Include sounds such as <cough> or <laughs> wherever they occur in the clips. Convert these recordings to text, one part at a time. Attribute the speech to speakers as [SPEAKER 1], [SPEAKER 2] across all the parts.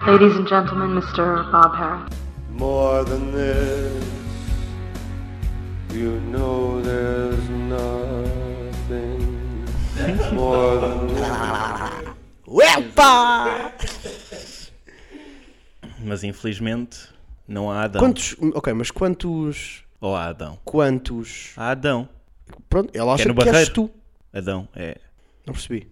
[SPEAKER 1] Ladies and gentlemen, Mr. Bob Harris.
[SPEAKER 2] More than this, you know there's nothing more than
[SPEAKER 3] Epa!
[SPEAKER 4] Mas infelizmente não há Adão.
[SPEAKER 3] Quantos. Ok, mas quantos.
[SPEAKER 4] Ou há Adão.
[SPEAKER 3] Quantos.
[SPEAKER 4] Há Adão.
[SPEAKER 3] Pronto, ela acha
[SPEAKER 4] no
[SPEAKER 3] Ah, que é és
[SPEAKER 4] barreiro.
[SPEAKER 3] tu.
[SPEAKER 4] Adão é.
[SPEAKER 3] Não percebi.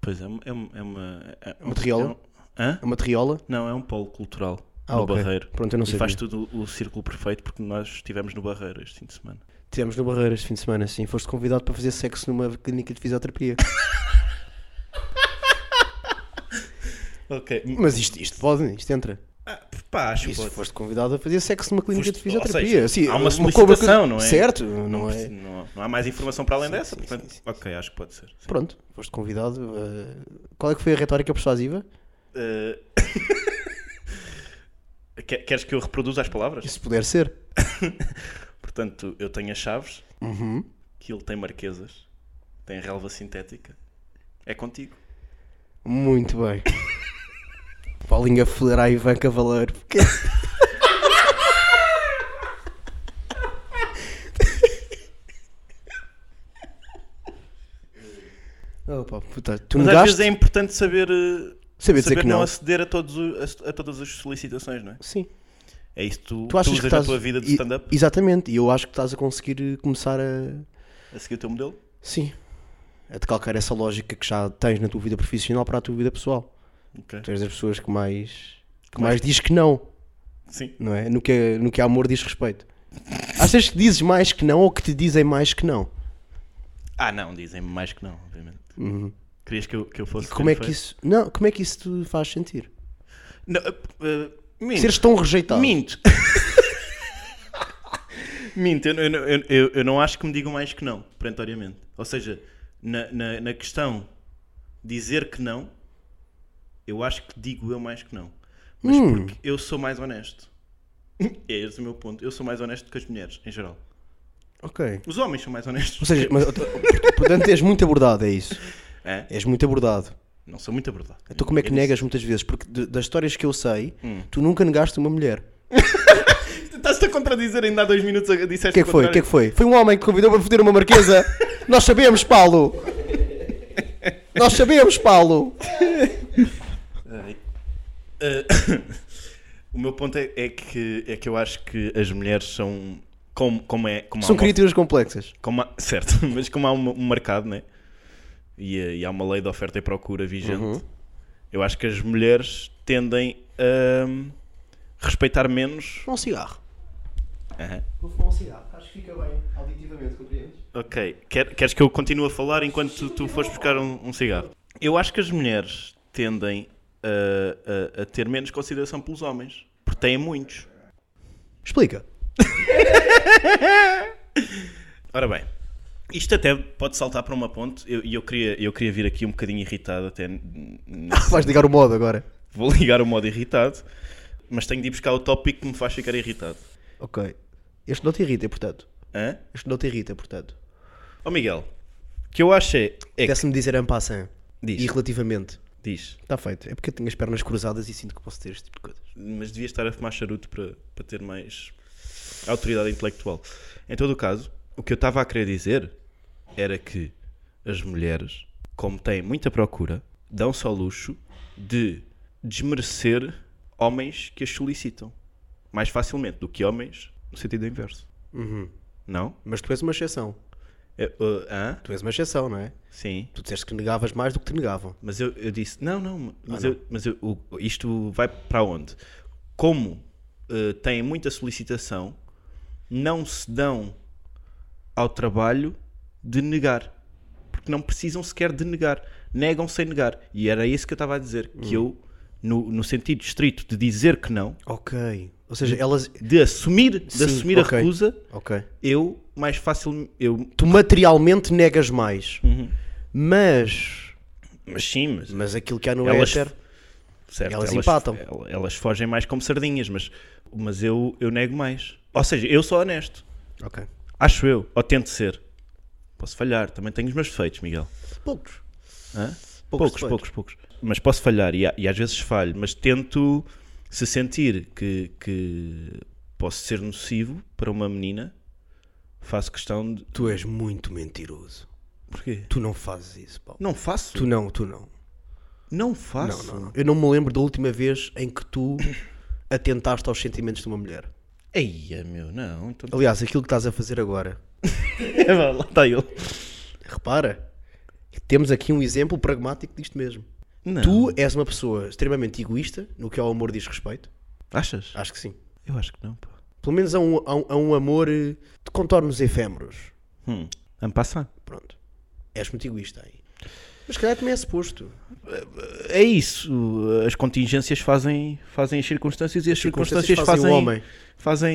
[SPEAKER 4] Pois é, um- é, um- é uma. É,
[SPEAKER 3] Uma triola?
[SPEAKER 4] é um- hã?
[SPEAKER 3] É uma triola?
[SPEAKER 4] Não, é um polo cultural.
[SPEAKER 3] Ah,
[SPEAKER 4] no
[SPEAKER 3] ok.
[SPEAKER 4] Barreiro.
[SPEAKER 3] Pronto, eu não
[SPEAKER 4] E faz
[SPEAKER 3] sabia.
[SPEAKER 4] tudo o círculo perfeito porque nós estivemos no Barreiro este fim de semana.
[SPEAKER 3] Tivemos no Barreiro este fim de semana, sim. Foste convidado para fazer sexo numa clínica de fisioterapia.
[SPEAKER 4] Ok. Ah,
[SPEAKER 3] <laughs> Mas isto, isto pode, isto entra.
[SPEAKER 4] Pá, acho que
[SPEAKER 3] Isso,
[SPEAKER 4] pode.
[SPEAKER 3] foste convidado a fazer sexo numa clínica
[SPEAKER 4] Foste-
[SPEAKER 3] de
[SPEAKER 4] ou
[SPEAKER 3] fisioterapia.
[SPEAKER 4] seja,
[SPEAKER 3] Sim,
[SPEAKER 4] há uma
[SPEAKER 3] cobra que-
[SPEAKER 4] solicitação, não é?
[SPEAKER 3] Certo, não é?
[SPEAKER 4] Não, não há mais informação para além
[SPEAKER 3] Sim,
[SPEAKER 4] dessa.
[SPEAKER 3] sim,
[SPEAKER 4] portanto,
[SPEAKER 3] sim, sim,
[SPEAKER 4] ok, acho que pode ser. Sim.
[SPEAKER 3] Pronto, foste convidado. eh, Qual é que foi a retórica persuasiva?
[SPEAKER 4] Eh, <laughs> que- Queres que eu reproduza as palavras?
[SPEAKER 3] Se puder ser.
[SPEAKER 4] Portanto, eu tenho as chaves,
[SPEAKER 3] Uhum.
[SPEAKER 4] que ele tem marquesas, tem relva sintética. É contigo.
[SPEAKER 3] Muito bem. <laughs> Paulinho a foder a Ivan Cavaleiro. Porque... <laughs> Opa, puta, tu
[SPEAKER 4] Mas às
[SPEAKER 3] negaste?
[SPEAKER 4] vezes é importante saber, eh,
[SPEAKER 3] Saber dizer que não.
[SPEAKER 4] aceder a, todos, o- a, a todas as solicitações, não é?
[SPEAKER 3] Sim.
[SPEAKER 4] É isso que tu,
[SPEAKER 3] Tu achas
[SPEAKER 4] tu usas
[SPEAKER 3] que estás...
[SPEAKER 4] na tua vida de
[SPEAKER 3] e-
[SPEAKER 4] stand-up,
[SPEAKER 3] Exatamente, e eu acho que estás a conseguir eh, começar a...
[SPEAKER 4] a seguir o teu modelo?
[SPEAKER 3] Sim. A decalcar essa lógica que já tens na tua vida profissional para a tua vida pessoal.
[SPEAKER 4] Ok.
[SPEAKER 3] Tu és das pessoas que mais... Que mais diz que não.
[SPEAKER 4] Sim.
[SPEAKER 3] não é? No que, é- no que é amor diz respeito. Achas que dizes mais que não ou que te dizem mais que não?
[SPEAKER 4] Ah, não, dizem-me mais que não, obviamente. Querias que eu, que eu fosse.
[SPEAKER 3] Uhum. Como é que
[SPEAKER 4] perfeito?
[SPEAKER 3] isso, não, como é que isso te faz sentir?
[SPEAKER 4] Não, eh, eh, minto.
[SPEAKER 3] Seres tão rejeitado.
[SPEAKER 4] Minto. <laughs> Minto, eu, eu- eu- eu- eu não acho que me digam mais que não, perentoriamente. Ou seja, na, na- na questão dizer que não, eu acho que digo eu mais que não. Mas
[SPEAKER 3] Hum.
[SPEAKER 4] porque eu sou mais honesto. É esse o meu ponto. Eu sou mais honesto do que as mulheres, em geral.
[SPEAKER 3] Ok.
[SPEAKER 4] Os homens são mais honestos.
[SPEAKER 3] Ou seja, mas, portanto és muito abordado, é isso.
[SPEAKER 4] É?
[SPEAKER 3] És muito abordado.
[SPEAKER 4] Não sou muito abordado.
[SPEAKER 3] Então como é que
[SPEAKER 4] Eu disse-
[SPEAKER 3] negas muitas vezes? Porque de- das histórias que eu sei, tu nunca negaste uma mulher.
[SPEAKER 4] Estás-te a contradizer ainda há dois minutos. a- Disseste
[SPEAKER 3] O que é que foi? O que é que foi? Foi um homem que te convidou para foder uma marquesa. Nós sabemos, Paulo. Nós sabemos, Paulo.
[SPEAKER 4] Eh, <coughs> o meu ponto é, é que, é que eu acho que as mulheres são. Como, como é. Como há
[SPEAKER 3] São
[SPEAKER 4] uma-
[SPEAKER 3] criaturas complexas.
[SPEAKER 4] como há- <laughs> certo, mas como há um, um mercado, né? E, eh, e há uma lei de oferta e procura vigente, eu acho que as mulheres tendem a hum, respeitar menos.
[SPEAKER 3] Um cigarro.
[SPEAKER 4] Aham.
[SPEAKER 3] Vou fumar um cigarro. Acho que fica bem auditivamente, compreendes?
[SPEAKER 4] Ok, Quer- queres que eu continue a falar enquanto tu, tu fores buscar um, um cigarro? Eu acho que as mulheres tendem a- a- a ter menos consideração pelos homens, porque têm muitos.
[SPEAKER 3] Explica.
[SPEAKER 4] Ora bem, isto até pode saltar para uma ponte e eu, e eu, queria, eu queria vir aqui um bocadinho irritado até. n- n-
[SPEAKER 3] Vais ligar o modo agora.
[SPEAKER 4] Vou ligar o modo irritado, mas tenho de ir buscar o tópico que me faz ficar irritado.
[SPEAKER 3] Ok. Este não te irrita, portanto.
[SPEAKER 4] Hã?
[SPEAKER 3] Este não te irrita, portanto.
[SPEAKER 4] Ó Miguel, o que eu acho é. é que-
[SPEAKER 3] Pudesse-me dizer ampassam.
[SPEAKER 4] Diz.
[SPEAKER 3] E relativamente.
[SPEAKER 4] diz,
[SPEAKER 3] Está feito. É porque eu tenho as pernas cruzadas e sinto que posso ter este tipo de coisas.
[SPEAKER 4] mas devias estar a fumar charuto para, para ter mais autoridade intelectual. Em todo o caso, o que eu estava a querer dizer era que as mulheres, como têm muita procura, dão-se ao luxo de desmerecer homens que as solicitam mais facilmente do que homens no sentido inverso. Não?
[SPEAKER 3] Mas tu és uma exceção.
[SPEAKER 4] É, uh, hã?
[SPEAKER 3] Tu és uma exceção, não é?
[SPEAKER 4] Sim.
[SPEAKER 3] Tu disseste que negavas mais do que te negavam.
[SPEAKER 4] Mas eu, eu disse, não, Ah, não, mas, eu, mas eu- o- isto vai para onde? Como eh, têm muita solicitação, não se dão ao trabalho de negar. Porque não precisam sequer de negar. Negam sem negar. E era isso que eu estava a dizer. Que eu, no, no sentido estrito de dizer que não,
[SPEAKER 3] Ok. Ou seja, elas.
[SPEAKER 4] de assumir, de
[SPEAKER 3] Sim,
[SPEAKER 4] assumir
[SPEAKER 3] ok.
[SPEAKER 4] a recusa,
[SPEAKER 3] Ok.
[SPEAKER 4] eu mais facilmente. Eu,
[SPEAKER 3] Tu materialmente negas mais. Mas.
[SPEAKER 4] mas sim, mas
[SPEAKER 3] Mas aquilo que há no
[SPEAKER 4] Elas-
[SPEAKER 3] éter.
[SPEAKER 4] Certo,
[SPEAKER 3] Elas empatam.
[SPEAKER 4] el- Elas fogem mais como sardinhas, mas, mas eu, eu nego mais. Ou seja, eu sou honesto.
[SPEAKER 3] Ok.
[SPEAKER 4] Acho eu. Ou tento ser. Posso falhar. Também tenho os meus defeitos, Miguel.
[SPEAKER 3] Poucos.
[SPEAKER 4] Hã? Poucos,
[SPEAKER 3] defeitos.
[SPEAKER 4] poucos, poucos. Mas posso falhar e, a- e às vezes falho, mas tento se sentir que, que posso ser nocivo para uma menina, faço questão de.
[SPEAKER 3] Tu és muito mentiroso.
[SPEAKER 4] Porquê?
[SPEAKER 3] Tu não fazes isso, Paulo.
[SPEAKER 4] Não faço.
[SPEAKER 3] Tu não, tu não.
[SPEAKER 4] Não
[SPEAKER 3] Não,
[SPEAKER 4] faço.
[SPEAKER 3] não, não. Eu não me lembro da última vez em que
[SPEAKER 4] <coughs>
[SPEAKER 3] tu atentaste aos sentimentos de uma mulher.
[SPEAKER 4] Eia, meu, não.
[SPEAKER 3] <laughs>
[SPEAKER 4] Então... <laughs>
[SPEAKER 3] Aliás, aquilo que estás a fazer agora,
[SPEAKER 4] É, vá, lá está ele.
[SPEAKER 3] repara, temos aqui um exemplo pragmático disto mesmo.
[SPEAKER 4] Não.
[SPEAKER 3] Tu és uma pessoa extremamente egoísta no que ao amor diz respeito.
[SPEAKER 4] Achas?
[SPEAKER 3] Acho que sim.
[SPEAKER 4] Eu acho que não, pá.
[SPEAKER 3] Pelo menos a um, a um, a um amor eh, de contornos efêmeros.
[SPEAKER 4] Hum. Ano passado.
[SPEAKER 3] Pronto. És muito egoísta aí. Mas se calhar também é suposto.
[SPEAKER 4] É isso. As contingências fazem, fazem as circunstâncias e as circunstâncias,
[SPEAKER 3] Circunstâncias fazem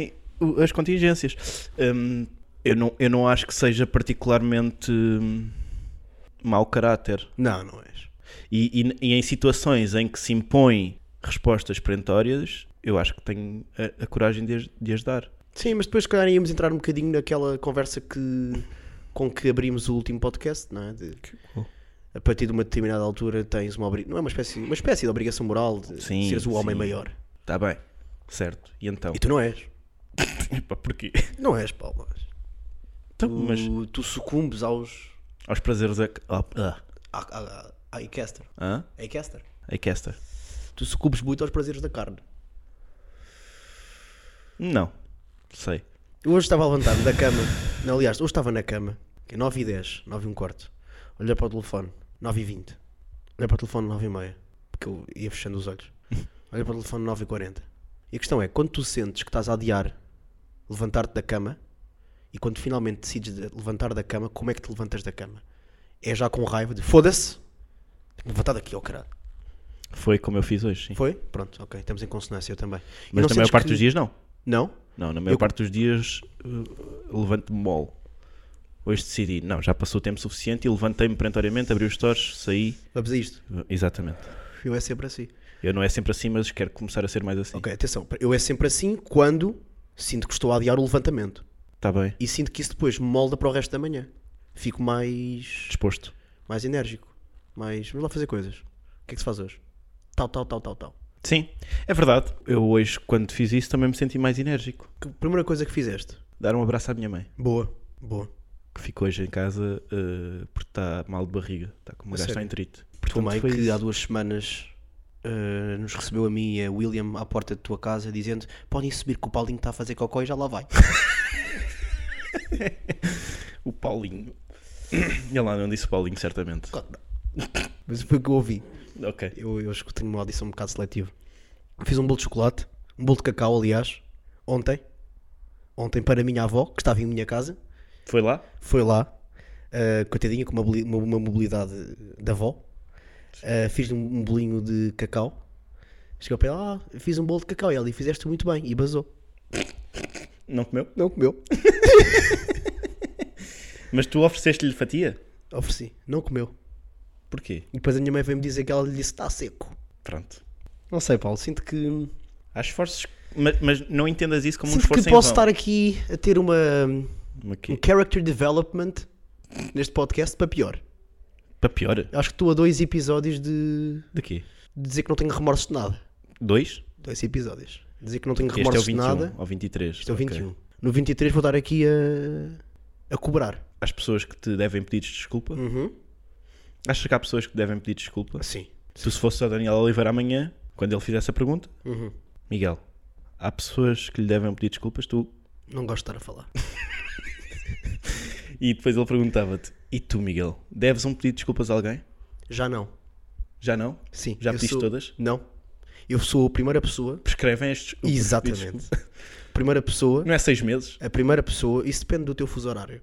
[SPEAKER 4] fazem,
[SPEAKER 3] o homem.
[SPEAKER 4] fazem o- as contingências. Hum, eu, não, eu não acho que seja particularmente hum, mau caráter.
[SPEAKER 3] Não, não és.
[SPEAKER 4] E, e- e em situações em que se impõem respostas perentórias, eu acho que tenho a, a coragem de as, de as dar.
[SPEAKER 3] Sim, mas depois se calhar íamos entrar um bocadinho naquela conversa que com que abrimos o último podcast, não é? De- a partir de uma determinada altura tens uma obrigação, não é uma espécie, uma espécie de obrigação moral de
[SPEAKER 4] Sim,
[SPEAKER 3] seres o homem
[SPEAKER 4] sim.
[SPEAKER 3] maior.
[SPEAKER 4] Está Tá bem. Certo. E então?
[SPEAKER 3] E tu não és.
[SPEAKER 4] Pá, porquê?
[SPEAKER 3] Não és, Paulo.
[SPEAKER 4] Então,
[SPEAKER 3] Tu,
[SPEAKER 4] mas
[SPEAKER 3] tu sucumbes aos.
[SPEAKER 4] aos prazeres... ac- Ah, ah,
[SPEAKER 3] à- à- à Icaster.
[SPEAKER 4] ah,
[SPEAKER 3] É Icaster.
[SPEAKER 4] é que esta.
[SPEAKER 3] Tu sucumbes muito aos prazeres da carne.
[SPEAKER 4] Não. Sei.
[SPEAKER 3] Eu hoje estava a levantar-me da cama. Não, aliás, hoje estava na cama. que é 9 e 10, 9 e um quarto. Olhei para o telefone, 9 e 20. Olhei para o telefone, 9 e meia. Porque eu ia fechando os olhos. Olhei para o telefone, 9 e 40. E a questão é, quando tu sentes que estás a adiar levantar-te da cama e quando finalmente decides de levantar da cama, como é que te levantas da cama? É já com raiva de foda-se, tenho-me levantar daqui, ó caralho.
[SPEAKER 4] Foi como eu fiz hoje, sim.
[SPEAKER 3] Foi? Pronto, ok, estamos em consonância, eu também. E
[SPEAKER 4] Mas
[SPEAKER 3] não
[SPEAKER 4] na maior
[SPEAKER 3] sentes
[SPEAKER 4] parte
[SPEAKER 3] que-
[SPEAKER 4] dos dias não.
[SPEAKER 3] Não?
[SPEAKER 4] Não, na maior
[SPEAKER 3] Eu-
[SPEAKER 4] parte dos dias uh, levanto-me mole. Hoje decidi, não, já passou o tempo suficiente e levantei-me perentoriamente, abri os torres, saí.
[SPEAKER 3] Vamos a isto.
[SPEAKER 4] Uh, Exatamente.
[SPEAKER 3] Eu é sempre assim.
[SPEAKER 4] Eu não é sempre assim, mas quero começar a ser mais assim.
[SPEAKER 3] Ok, atenção, eu é sempre assim quando sinto que estou a adiar o levantamento
[SPEAKER 4] Está Tá bem,
[SPEAKER 3] e sinto que isso depois me molda para o resto da manhã. Fico mais
[SPEAKER 4] disposto.
[SPEAKER 3] mais enérgico, mais vamos lá fazer coisas. O que é que se faz hoje? Tal, tal, tal, tal, tal.
[SPEAKER 4] Sim, é verdade. Eu hoje, quando fiz isso, também me senti mais enérgico.
[SPEAKER 3] Que primeira coisa que fizeste?
[SPEAKER 4] Dar um abraço à minha mãe,
[SPEAKER 3] Boa, boa.
[SPEAKER 4] que ficou hoje em casa uh, porque está mal de barriga. Está com uma
[SPEAKER 3] A sério?
[SPEAKER 4] gastroenterite.
[SPEAKER 3] Tua
[SPEAKER 4] Portanto,
[SPEAKER 3] mãe
[SPEAKER 4] foi
[SPEAKER 3] que
[SPEAKER 4] isso.
[SPEAKER 3] há duas semanas eh, nos recebeu a mim e a William à porta de tua casa dizendo podem subir que o Paulinho está a fazer cocó e já lá vai.
[SPEAKER 4] O Paulinho. <coughs> Ele lá não disse o Paulinho, certamente.
[SPEAKER 3] Mas foi o que eu ouvi.
[SPEAKER 4] Ok.
[SPEAKER 3] Eu, eu acho que tenho uma audição um bocado seletiva. Fiz um bolo de chocolate, um bolo de cacau, aliás, ontem. Ontem para a minha avó, que estava em minha casa.
[SPEAKER 4] Foi lá?
[SPEAKER 3] Foi lá, ah, coitadinha, com uma, boli- uma- uma mobilidade da avó. Ah, Fiz-lhe um, um bolinho de cacau. Chegou para ela, ah, fiz um bolo de cacau. E ela, "E fizeste muito bem. E basou.
[SPEAKER 4] Não comeu?
[SPEAKER 3] Não comeu.
[SPEAKER 4] Mas tu ofereceste-lhe fatia?
[SPEAKER 3] <laughs> Ofereci. Não comeu.
[SPEAKER 4] Porquê?
[SPEAKER 3] E depois a minha mãe veio-me dizer que ela lhe disse, está seco.
[SPEAKER 4] Pronto.
[SPEAKER 3] Não sei, Paulo, sinto que...
[SPEAKER 4] Há esforços, mas, mas não entendas isso como um
[SPEAKER 3] Sinto
[SPEAKER 4] esforço
[SPEAKER 3] que
[SPEAKER 4] em
[SPEAKER 3] posso
[SPEAKER 4] vão.
[SPEAKER 3] estar aqui a ter uma...
[SPEAKER 4] Uma
[SPEAKER 3] um
[SPEAKER 4] quê?
[SPEAKER 3] character development neste podcast para pior.
[SPEAKER 4] Para pior?
[SPEAKER 3] Acho que estou a dois episódios de,
[SPEAKER 4] De quê?
[SPEAKER 3] de dizer que não tenho remorso de nada.
[SPEAKER 4] Dois?
[SPEAKER 3] Dois episódios. Dizer que não tenho
[SPEAKER 4] este é
[SPEAKER 3] remorso
[SPEAKER 4] o
[SPEAKER 3] de
[SPEAKER 4] 21
[SPEAKER 3] nada.
[SPEAKER 4] ou 23.
[SPEAKER 3] Este é o
[SPEAKER 4] Ok.
[SPEAKER 3] 21. No 23 vou estar aqui a, a cobrar.
[SPEAKER 4] As pessoas que te devem pedir desculpa?
[SPEAKER 3] Uhum.
[SPEAKER 4] Achas que há pessoas que te devem pedir desculpa?
[SPEAKER 3] Sim.
[SPEAKER 4] Tu se fosse o Daniel Oliveira amanhã, quando ele fizer essa pergunta,
[SPEAKER 3] Uhum.
[SPEAKER 4] Miguel, há pessoas que lhe devem pedir desculpas, tu...
[SPEAKER 3] Não gosto de estar a falar.
[SPEAKER 4] E depois ele perguntava-te, e tu, Miguel, deves um pedido de desculpas a alguém?
[SPEAKER 3] Já não.
[SPEAKER 4] Já não?
[SPEAKER 3] Sim.
[SPEAKER 4] Já
[SPEAKER 3] eu
[SPEAKER 4] pediste
[SPEAKER 3] sou-
[SPEAKER 4] todas?
[SPEAKER 3] Não. Eu sou a primeira pessoa.
[SPEAKER 4] Prescrevem estes...
[SPEAKER 3] Exatamente. Primeira pessoa.
[SPEAKER 4] Não é seis meses?
[SPEAKER 3] A primeira pessoa. Isso depende do teu
[SPEAKER 4] <laughs>
[SPEAKER 3] fuso horário.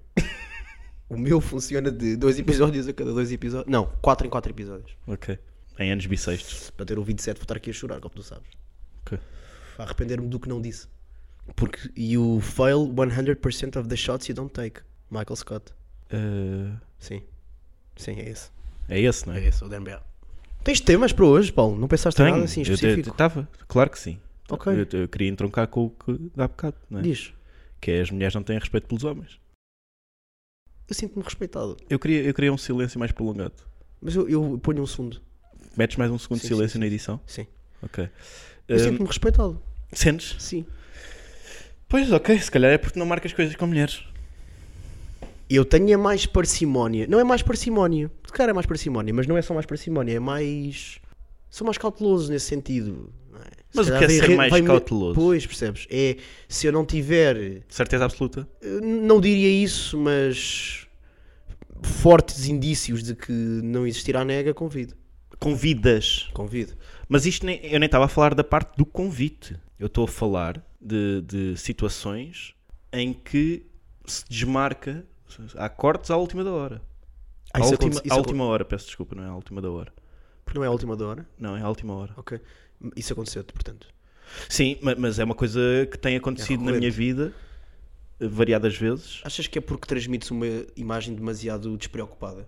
[SPEAKER 3] o meu funciona de dois episódios a cada dois episódios. Não, quatro em quatro episódios.
[SPEAKER 4] Ok. Em anos bissextos.
[SPEAKER 3] Para ter o 27 vou estar aqui a chorar, como tu sabes.
[SPEAKER 4] Ok.
[SPEAKER 3] a arrepender-me do que não disse. Porque you fail 100% of the shots you don't take. Michael Scott.
[SPEAKER 4] Eh,
[SPEAKER 3] Sim. Sim, é esse.
[SPEAKER 4] é esse, não é?
[SPEAKER 3] É esse, o da NBA. Tens temas para hoje, Paulo? Não pensaste em nada assim
[SPEAKER 4] eu te-
[SPEAKER 3] específico?
[SPEAKER 4] Estava, claro que sim.
[SPEAKER 3] Ok.
[SPEAKER 4] Eu, eu queria entroncar com o que dá bocado, não é?
[SPEAKER 3] Diz.
[SPEAKER 4] Que é as mulheres não têm respeito pelos homens.
[SPEAKER 3] Eu sinto-me respeitado.
[SPEAKER 4] Eu queria, eu queria um silêncio mais prolongado.
[SPEAKER 3] Mas eu, eu ponho um segundo.
[SPEAKER 4] Metes mais um segundo de
[SPEAKER 3] Sim,
[SPEAKER 4] silêncio
[SPEAKER 3] sim,
[SPEAKER 4] na edição?
[SPEAKER 3] Sim.
[SPEAKER 4] Ok.
[SPEAKER 3] Eu
[SPEAKER 4] Ahm,
[SPEAKER 3] sinto-me respeitado.
[SPEAKER 4] sentes?
[SPEAKER 3] Sim.
[SPEAKER 4] Pois, ok. Se calhar é porque não marcas coisas com mulheres.
[SPEAKER 3] Eu tenho a mais parcimónia. Não é mais parcimónia. De cara é mais parcimónia, mas não é só mais parcimónia, é mais. Sou mais cauteloso nesse sentido. não é? Se
[SPEAKER 4] Mas o
[SPEAKER 3] calhar
[SPEAKER 4] que é
[SPEAKER 3] vai
[SPEAKER 4] ser
[SPEAKER 3] re-
[SPEAKER 4] mais
[SPEAKER 3] vai-me-
[SPEAKER 4] cauteloso?
[SPEAKER 3] Pois, percebes? É se eu não tiver.
[SPEAKER 4] De certeza absoluta.
[SPEAKER 3] eh, Não diria isso, mas. Fortes indícios de que não existirá nega, convido.
[SPEAKER 4] Convidas.
[SPEAKER 3] Convido.
[SPEAKER 4] Mas isto nem- eu nem estava a falar da parte do convite. Eu estou a falar de, de situações em que se desmarca. Há cortes à última da hora.
[SPEAKER 3] Ah,
[SPEAKER 4] à
[SPEAKER 3] isso
[SPEAKER 4] última,
[SPEAKER 3] aconte- isso
[SPEAKER 4] à
[SPEAKER 3] acon-
[SPEAKER 4] última hora, peço desculpa, não é à última da hora.
[SPEAKER 3] Não é a última da hora?
[SPEAKER 4] Não, é à última hora.
[SPEAKER 3] Ok. Isso aconteceu-te, portanto.
[SPEAKER 4] Sim, ma- mas é uma coisa que tem acontecido na
[SPEAKER 3] recorrente.
[SPEAKER 4] minha vida eh, variadas vezes.
[SPEAKER 3] Achas que é porque transmites uma imagem demasiado despreocupada?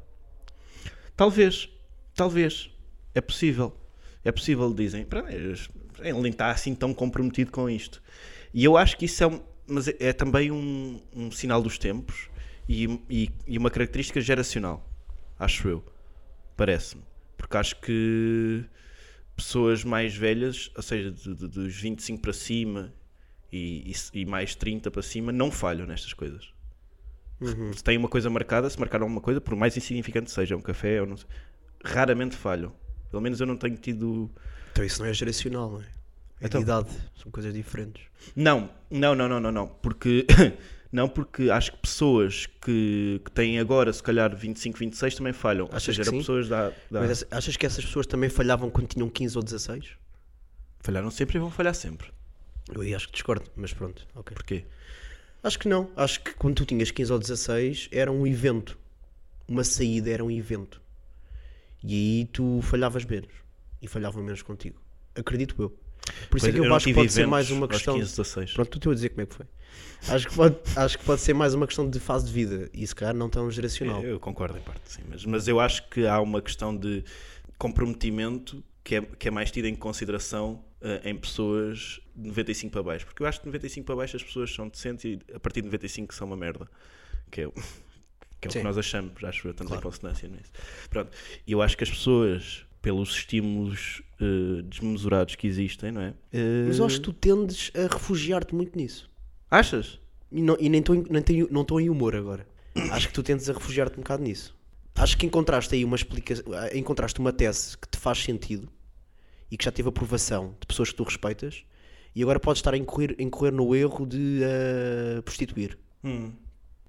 [SPEAKER 4] Talvez, talvez. É possível. É possível, dizem. Pá, Ele nem está assim tão comprometido com isto. E eu acho que isso é, um- mas é- é também um, um sinal dos tempos e, e- e uma característica geracional, acho eu. Parece-me. Porque acho que pessoas mais velhas, ou seja, de- de- dos 25 para cima e, e- e mais 30 para cima, não falham nestas coisas. Se têm uma coisa marcada, se marcaram alguma coisa, por mais insignificante seja, um café ou não sei, raramente falham. Pelo menos eu não tenho tido.
[SPEAKER 3] Então isso não é geracional, não é? É
[SPEAKER 4] Então-
[SPEAKER 3] de idade, são coisas diferentes.
[SPEAKER 4] Não, não, não, não, não, não. Porque, <coughs> não, porque acho que pessoas que, que têm agora, se calhar, 25, 26 também falham. Ou
[SPEAKER 3] Achas
[SPEAKER 4] seja,
[SPEAKER 3] que
[SPEAKER 4] eram
[SPEAKER 3] sim?
[SPEAKER 4] pessoas da. da-
[SPEAKER 3] Mas é assim. essa- achas que essas pessoas também falhavam quando tinham 15 ou 16?
[SPEAKER 4] Falharam sempre e vão falhar sempre.
[SPEAKER 3] Eu aí acho que discordo, mas pronto, ok.
[SPEAKER 4] Porquê?
[SPEAKER 3] Acho que não, acho que quando tu tinhas 15 ou 16 era um evento. Uma saída era um evento. E aí tu falhavas menos. E falhavam menos contigo. Acredito eu. Por isso é
[SPEAKER 4] Pois,
[SPEAKER 3] que eu,
[SPEAKER 4] não
[SPEAKER 3] acho que
[SPEAKER 4] tive
[SPEAKER 3] pode ser
[SPEAKER 4] eventos
[SPEAKER 3] mais uma
[SPEAKER 4] aos
[SPEAKER 3] questão.
[SPEAKER 4] 15, 16.
[SPEAKER 3] Pronto, estou a dizer como é que foi. Acho que, pode, acho que pode ser mais uma questão de fase de vida e se calhar não tão geracional.
[SPEAKER 4] Eu concordo em parte, sim. Mas, mas eu acho que há uma questão de comprometimento que é, que é mais tida em consideração eh, em pessoas de 95 para baixo. Porque eu acho que de 95 para baixo as pessoas são decentes e a partir de 95 são uma merda. Que é, o- que, é o que
[SPEAKER 3] Sim.
[SPEAKER 4] nós achamos, acho eu, estamos em consonância nisso. Pronto, E eu acho que as pessoas, pelos estímulos eh, desmesurados que existem, não é? Eh,
[SPEAKER 3] Mas eu acho que tu tendes a refugiar-te muito nisso.
[SPEAKER 4] Achas?
[SPEAKER 3] E, não, e nem estou em- nem tenho- não estou em humor agora. Acho que tu tendes a refugiar-te um bocado nisso. Acho que encontraste aí uma explicação, encontraste uma tese que te faz sentido e que já teve aprovação de pessoas que tu respeitas e agora podes estar a incorrer, a incorrer no erro de ah, prostituir.
[SPEAKER 4] Hum.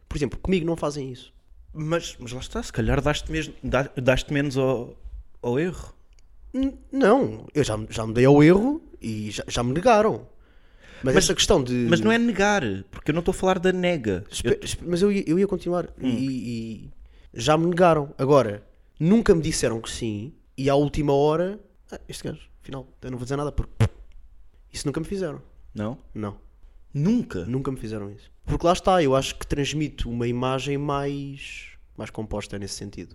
[SPEAKER 3] Por exemplo, comigo não fazem isso.
[SPEAKER 4] Mas, mas lá está, se calhar daste, mesmo, da- daste menos ao, ao erro.
[SPEAKER 3] N- Não, eu já, me- já me dei ao erro e já, já me negaram. Mas, essa questão de.
[SPEAKER 4] Mas não é negar, porque eu não estou a falar da nega.
[SPEAKER 3] Espe- espe- Mas eu ia, eu ia continuar e, e já me negaram. Agora, nunca me disseram que sim e à última hora, ah, este gajo, afinal, eu não vou dizer nada porque <laughs> isso nunca me fizeram.
[SPEAKER 4] Não?
[SPEAKER 3] Não,
[SPEAKER 4] Nunca.
[SPEAKER 3] nunca me fizeram isso. Porque lá está, eu acho que transmito uma imagem mais, mais composta nesse sentido.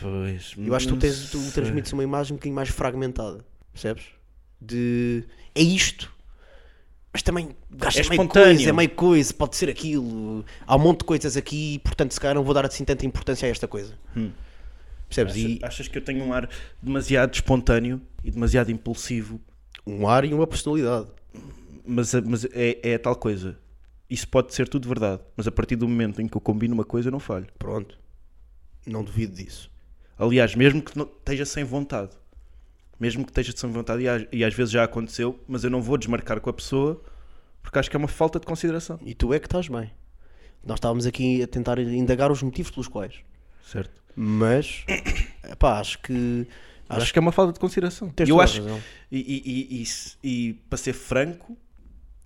[SPEAKER 4] Pois.
[SPEAKER 3] Eu acho que tu,
[SPEAKER 4] não
[SPEAKER 3] tens, tu
[SPEAKER 4] sei.
[SPEAKER 3] transmites uma imagem um bocadinho mais fragmentada, percebes? De é isto, mas também gasta
[SPEAKER 4] É
[SPEAKER 3] meio
[SPEAKER 4] espontâneo.
[SPEAKER 3] coisa, é meio coisa, pode ser aquilo, há um monte de coisas aqui, portanto, se calhar não vou dar assim tanta importância a esta coisa,
[SPEAKER 4] Hum.
[SPEAKER 3] percebes?
[SPEAKER 4] Achas,
[SPEAKER 3] E
[SPEAKER 4] achas que eu tenho um ar demasiado espontâneo e demasiado impulsivo,
[SPEAKER 3] um ar e uma personalidade.
[SPEAKER 4] mas, mas é, é a tal coisa. Isso pode ser tudo verdade, mas a partir do momento em que eu combino uma coisa, eu não falho.
[SPEAKER 3] Pronto, não duvido disso.
[SPEAKER 4] Aliás, mesmo que não, esteja sem vontade, mesmo que esteja sem vontade, e, às- e às vezes já aconteceu, mas eu não vou desmarcar com a pessoa porque acho que é uma falta de consideração.
[SPEAKER 3] E tu é que estás bem. Nós estávamos aqui a tentar indagar os motivos pelos quais,
[SPEAKER 4] Certo?
[SPEAKER 3] mas <coughs> pá, acho que
[SPEAKER 4] Acho, que é uma falta de consideração.
[SPEAKER 3] Tens
[SPEAKER 4] eu
[SPEAKER 3] toda a
[SPEAKER 4] acho,
[SPEAKER 3] razão.
[SPEAKER 4] E, e- e- e se- e, para ser franco,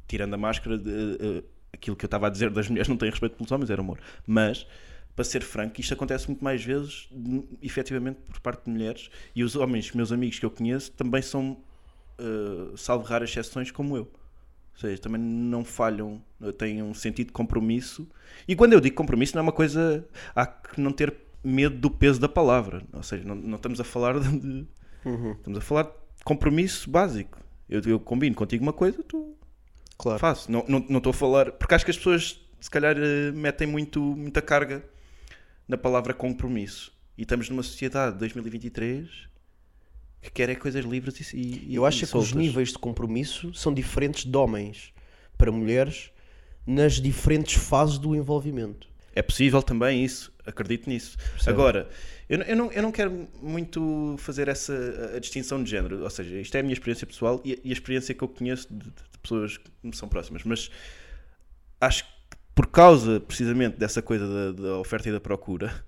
[SPEAKER 4] tirando a máscara, de, eh, eh, aquilo que eu estava a dizer das mulheres não tem respeito pelos homens, era amor. Mas, para ser franco, isto acontece muito mais vezes, n- efetivamente, por parte de mulheres. E os homens, meus amigos que eu conheço, também são, eh, salvo raras exceções, como eu. Ou seja, também não falham, têm um sentido de compromisso. E quando eu digo compromisso, não é uma coisa. Há que não ter medo do peso da palavra. Ou seja, não, não estamos a falar <laughs> de. Estamos a falar de compromisso básico. Eu, eu combino contigo uma coisa, tu
[SPEAKER 3] Claro.
[SPEAKER 4] faço. Não estou não, não estou a falar. Porque acho que as pessoas, se calhar, eh, metem muito, muita carga na palavra compromisso. E estamos numa sociedade de 2023 que quer é coisas livres e- e. e-
[SPEAKER 3] Eu
[SPEAKER 4] e
[SPEAKER 3] acho é que os
[SPEAKER 4] soltas.
[SPEAKER 3] níveis de compromisso são diferentes de homens para mulheres nas diferentes fases do envolvimento.
[SPEAKER 4] É possível também isso, acredito nisso. Agora, eu, não- eu não, eu não quero muito fazer essa a- a distinção de género, ou seja, isto é a minha experiência pessoal e, a- e a experiência que eu conheço de, de pessoas que me são próximas, mas acho que por causa precisamente dessa coisa da, da oferta e da procura,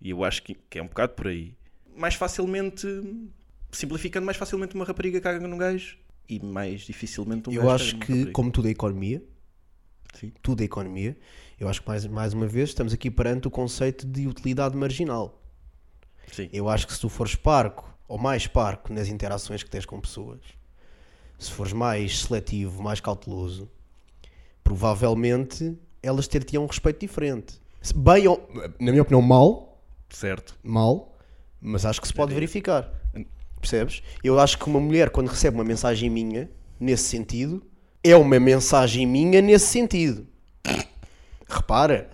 [SPEAKER 4] e eu acho que, que é um bocado por aí, mais facilmente, simplificando, mais facilmente uma rapariga caga num gajo e mais dificilmente um
[SPEAKER 3] eu
[SPEAKER 4] gajo caga
[SPEAKER 3] acho
[SPEAKER 4] numa
[SPEAKER 3] que,
[SPEAKER 4] rapariga.
[SPEAKER 3] como tudo é economia,
[SPEAKER 4] Sim.
[SPEAKER 3] tudo é economia, eu acho que mais, mais uma vez estamos aqui perante o conceito de utilidade marginal.
[SPEAKER 4] Sim.
[SPEAKER 3] Eu acho que se tu fores parco ou mais parco nas interações que tens com pessoas, se fores mais seletivo, mais cauteloso, provavelmente elas ter-te-iam um respeito diferente. Se Bem ou, na minha opinião, mal,
[SPEAKER 4] Certo.
[SPEAKER 3] mal, mas acho que se pode verificar. Percebes? Eu acho que uma mulher, quando recebe uma mensagem minha, nesse sentido, é uma mensagem minha nesse sentido. Repara,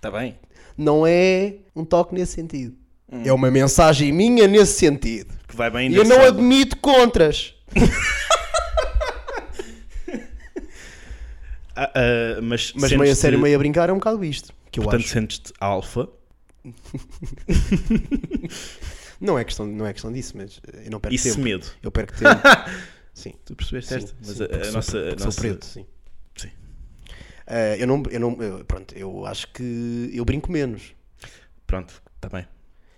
[SPEAKER 3] Tá
[SPEAKER 4] Está bem.
[SPEAKER 3] não é um toque nesse sentido.
[SPEAKER 4] Hum.
[SPEAKER 3] É uma mensagem minha nesse sentido.
[SPEAKER 4] Que vai bem
[SPEAKER 3] E eu não
[SPEAKER 4] endereçado.
[SPEAKER 3] admito contras.
[SPEAKER 4] Ah, ah, mas
[SPEAKER 3] Mas meio a
[SPEAKER 4] sentes-te-
[SPEAKER 3] sério, meio a brincar é um bocado isto. Que eu
[SPEAKER 4] Portanto,
[SPEAKER 3] acho. <laughs>
[SPEAKER 4] sentes-te alfa.
[SPEAKER 3] Não é, questão, não é questão disso, mas eu não perco
[SPEAKER 4] Isso
[SPEAKER 3] tempo.
[SPEAKER 4] medo.
[SPEAKER 3] Eu perco
[SPEAKER 4] <laughs>
[SPEAKER 3] tempo. sim.
[SPEAKER 4] Tu percebeste
[SPEAKER 3] sim,
[SPEAKER 4] esta? Mas
[SPEAKER 3] sim,
[SPEAKER 4] a, a
[SPEAKER 3] porque sou-
[SPEAKER 4] nossa. a
[SPEAKER 3] porque sou
[SPEAKER 4] nossa-
[SPEAKER 3] preto, sim.
[SPEAKER 4] Sim.
[SPEAKER 3] Ah, eu não. Eu não eu- pronto, eu acho que eu brinco menos.
[SPEAKER 4] Pronto, está bem.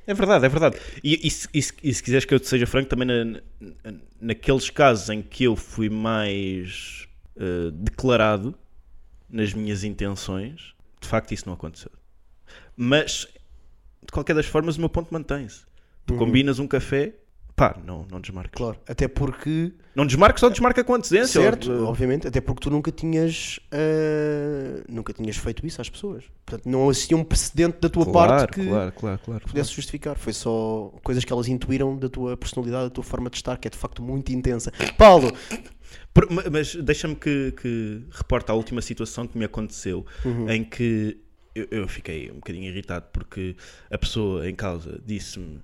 [SPEAKER 4] É verdade, é verdade. E, e se, e se- e se quiseres que eu te seja franco, também na- na- naqueles casos em que eu fui mais ah, declarado nas minhas intenções, de facto isso não aconteceu. Mas, de qualquer das formas, o meu ponto mantém-se. Tu combinas um café, pá, não, não desmarques.
[SPEAKER 3] Uhum. Claro. Até porque.
[SPEAKER 4] Não desmarques, só desmarca com antecedência. ou-
[SPEAKER 3] certo, obviamente. Até porque tu nunca tinhas. ah, nunca tinhas feito isso às pessoas. Portanto, não existia um precedente da tua parte que.
[SPEAKER 4] claro, claro.
[SPEAKER 3] pudesse justificar. Foi só coisas que elas intuíram da tua personalidade, da tua forma de estar, que é de facto muito intensa. Paulo,
[SPEAKER 4] Por- ma- mas deixa-me que, que reporte a última situação que me aconteceu em que eu, eu fiquei um bocadinho irritado porque a pessoa em causa disse-me: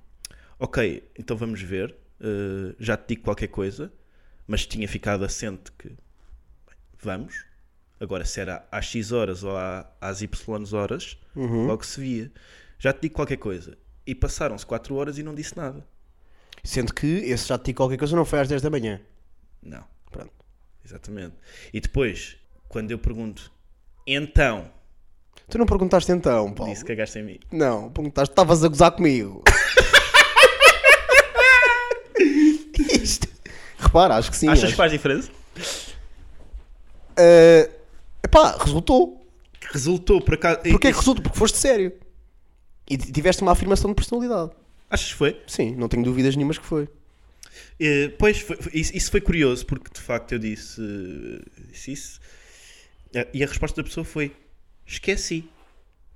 [SPEAKER 4] Ok, então vamos ver, eh, já te digo qualquer coisa, mas tinha ficado assente que "Bem, vamos. Agora, se era às X horas ou à- às Y horas, logo se via. Já te digo qualquer coisa. E passaram-se 4 horas e não disse nada.
[SPEAKER 3] sendo que esse já te digo qualquer coisa, não foi às 10 da manhã.
[SPEAKER 4] Não.
[SPEAKER 3] Pronto.
[SPEAKER 4] Exatamente. E depois, quando eu pergunto, então,
[SPEAKER 3] Tu não perguntaste então, Paulo?
[SPEAKER 4] disse que cagaste em mim.
[SPEAKER 3] Não, perguntaste, estavas a gozar comigo. Isto. Repara, acho que sim.
[SPEAKER 4] Achas
[SPEAKER 3] acho-
[SPEAKER 4] que faz diferença?
[SPEAKER 3] Eh, epá, resultou.
[SPEAKER 4] Resultou, por acaso. e-
[SPEAKER 3] Porquê
[SPEAKER 4] e-
[SPEAKER 3] que resultou? Porque foste sério. E t- tiveste uma afirmação de personalidade.
[SPEAKER 4] Achas que foi?
[SPEAKER 3] Sim, não tenho dúvidas nenhumas que foi.
[SPEAKER 4] Eh, pois, foi- foi- isso, isso foi curioso, porque de facto eu disse, eh, disse isso. Eh, E a resposta da pessoa foi: esqueci.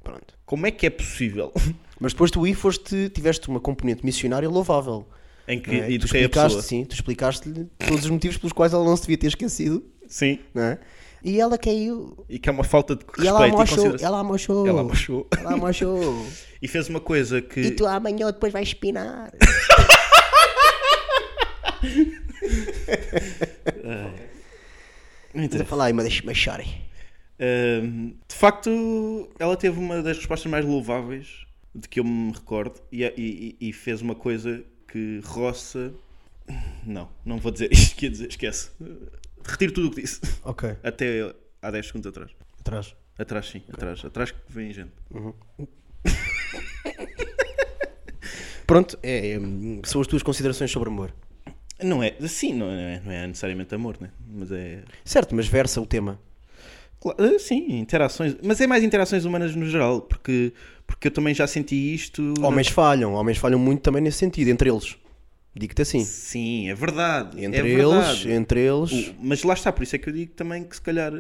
[SPEAKER 3] Pronto.
[SPEAKER 4] Como é que é possível? <laughs>
[SPEAKER 3] Mas depois tu aí foste, tiveste uma componente missionária louvável.
[SPEAKER 4] em que
[SPEAKER 3] não é? E tu
[SPEAKER 4] eduquei a
[SPEAKER 3] explicaste,
[SPEAKER 4] pessoa.
[SPEAKER 3] sim, tu explicaste-lhe todos os motivos pelos quais ela não se devia ter esquecido,
[SPEAKER 4] Sim.
[SPEAKER 3] não é? E ela caiu.
[SPEAKER 4] E que é uma falta de respeito
[SPEAKER 3] E
[SPEAKER 4] e,
[SPEAKER 3] ela amochou,
[SPEAKER 4] consideração.
[SPEAKER 3] ela amochou.
[SPEAKER 4] Ela amochou.
[SPEAKER 3] Ela amochou.
[SPEAKER 4] <laughs> E fez uma coisa que.
[SPEAKER 3] e tu amanhã ou depois vais espinar.
[SPEAKER 4] Não interessa.
[SPEAKER 3] Estás a falar, mas deixa-me chorem.
[SPEAKER 4] Ahm, de facto, ela teve uma das respostas mais louváveis de que eu me recordo e, é, e- e- e fez uma coisa que roça. Não, não vou dizer <laughs> isto que ia dizer, esquece. Retiro tudo o que disse.
[SPEAKER 3] Ok,
[SPEAKER 4] Até há 10 segundos atrás.
[SPEAKER 3] atrás.
[SPEAKER 4] Atrás, sim, atrás. Atrás que vem gente.
[SPEAKER 3] Pronto, é, é, hum, são as tuas considerações sobre amor.
[SPEAKER 4] Não é, sim, não é, não é necessariamente amor, né? Mas é.
[SPEAKER 3] Certo, mas versa o tema.
[SPEAKER 4] Cla- ah, Sim, interações. Mas é mais interações humanas no geral, porque, porque eu também já senti isto. na-
[SPEAKER 3] Homens falham, homens falham muito também nesse sentido, entre eles. Digo-te assim.
[SPEAKER 4] Sim, é verdade.
[SPEAKER 3] Entre
[SPEAKER 4] é
[SPEAKER 3] eles,
[SPEAKER 4] verdade.
[SPEAKER 3] entre eles.
[SPEAKER 4] O- Mas lá está, por isso é que eu digo também que se calhar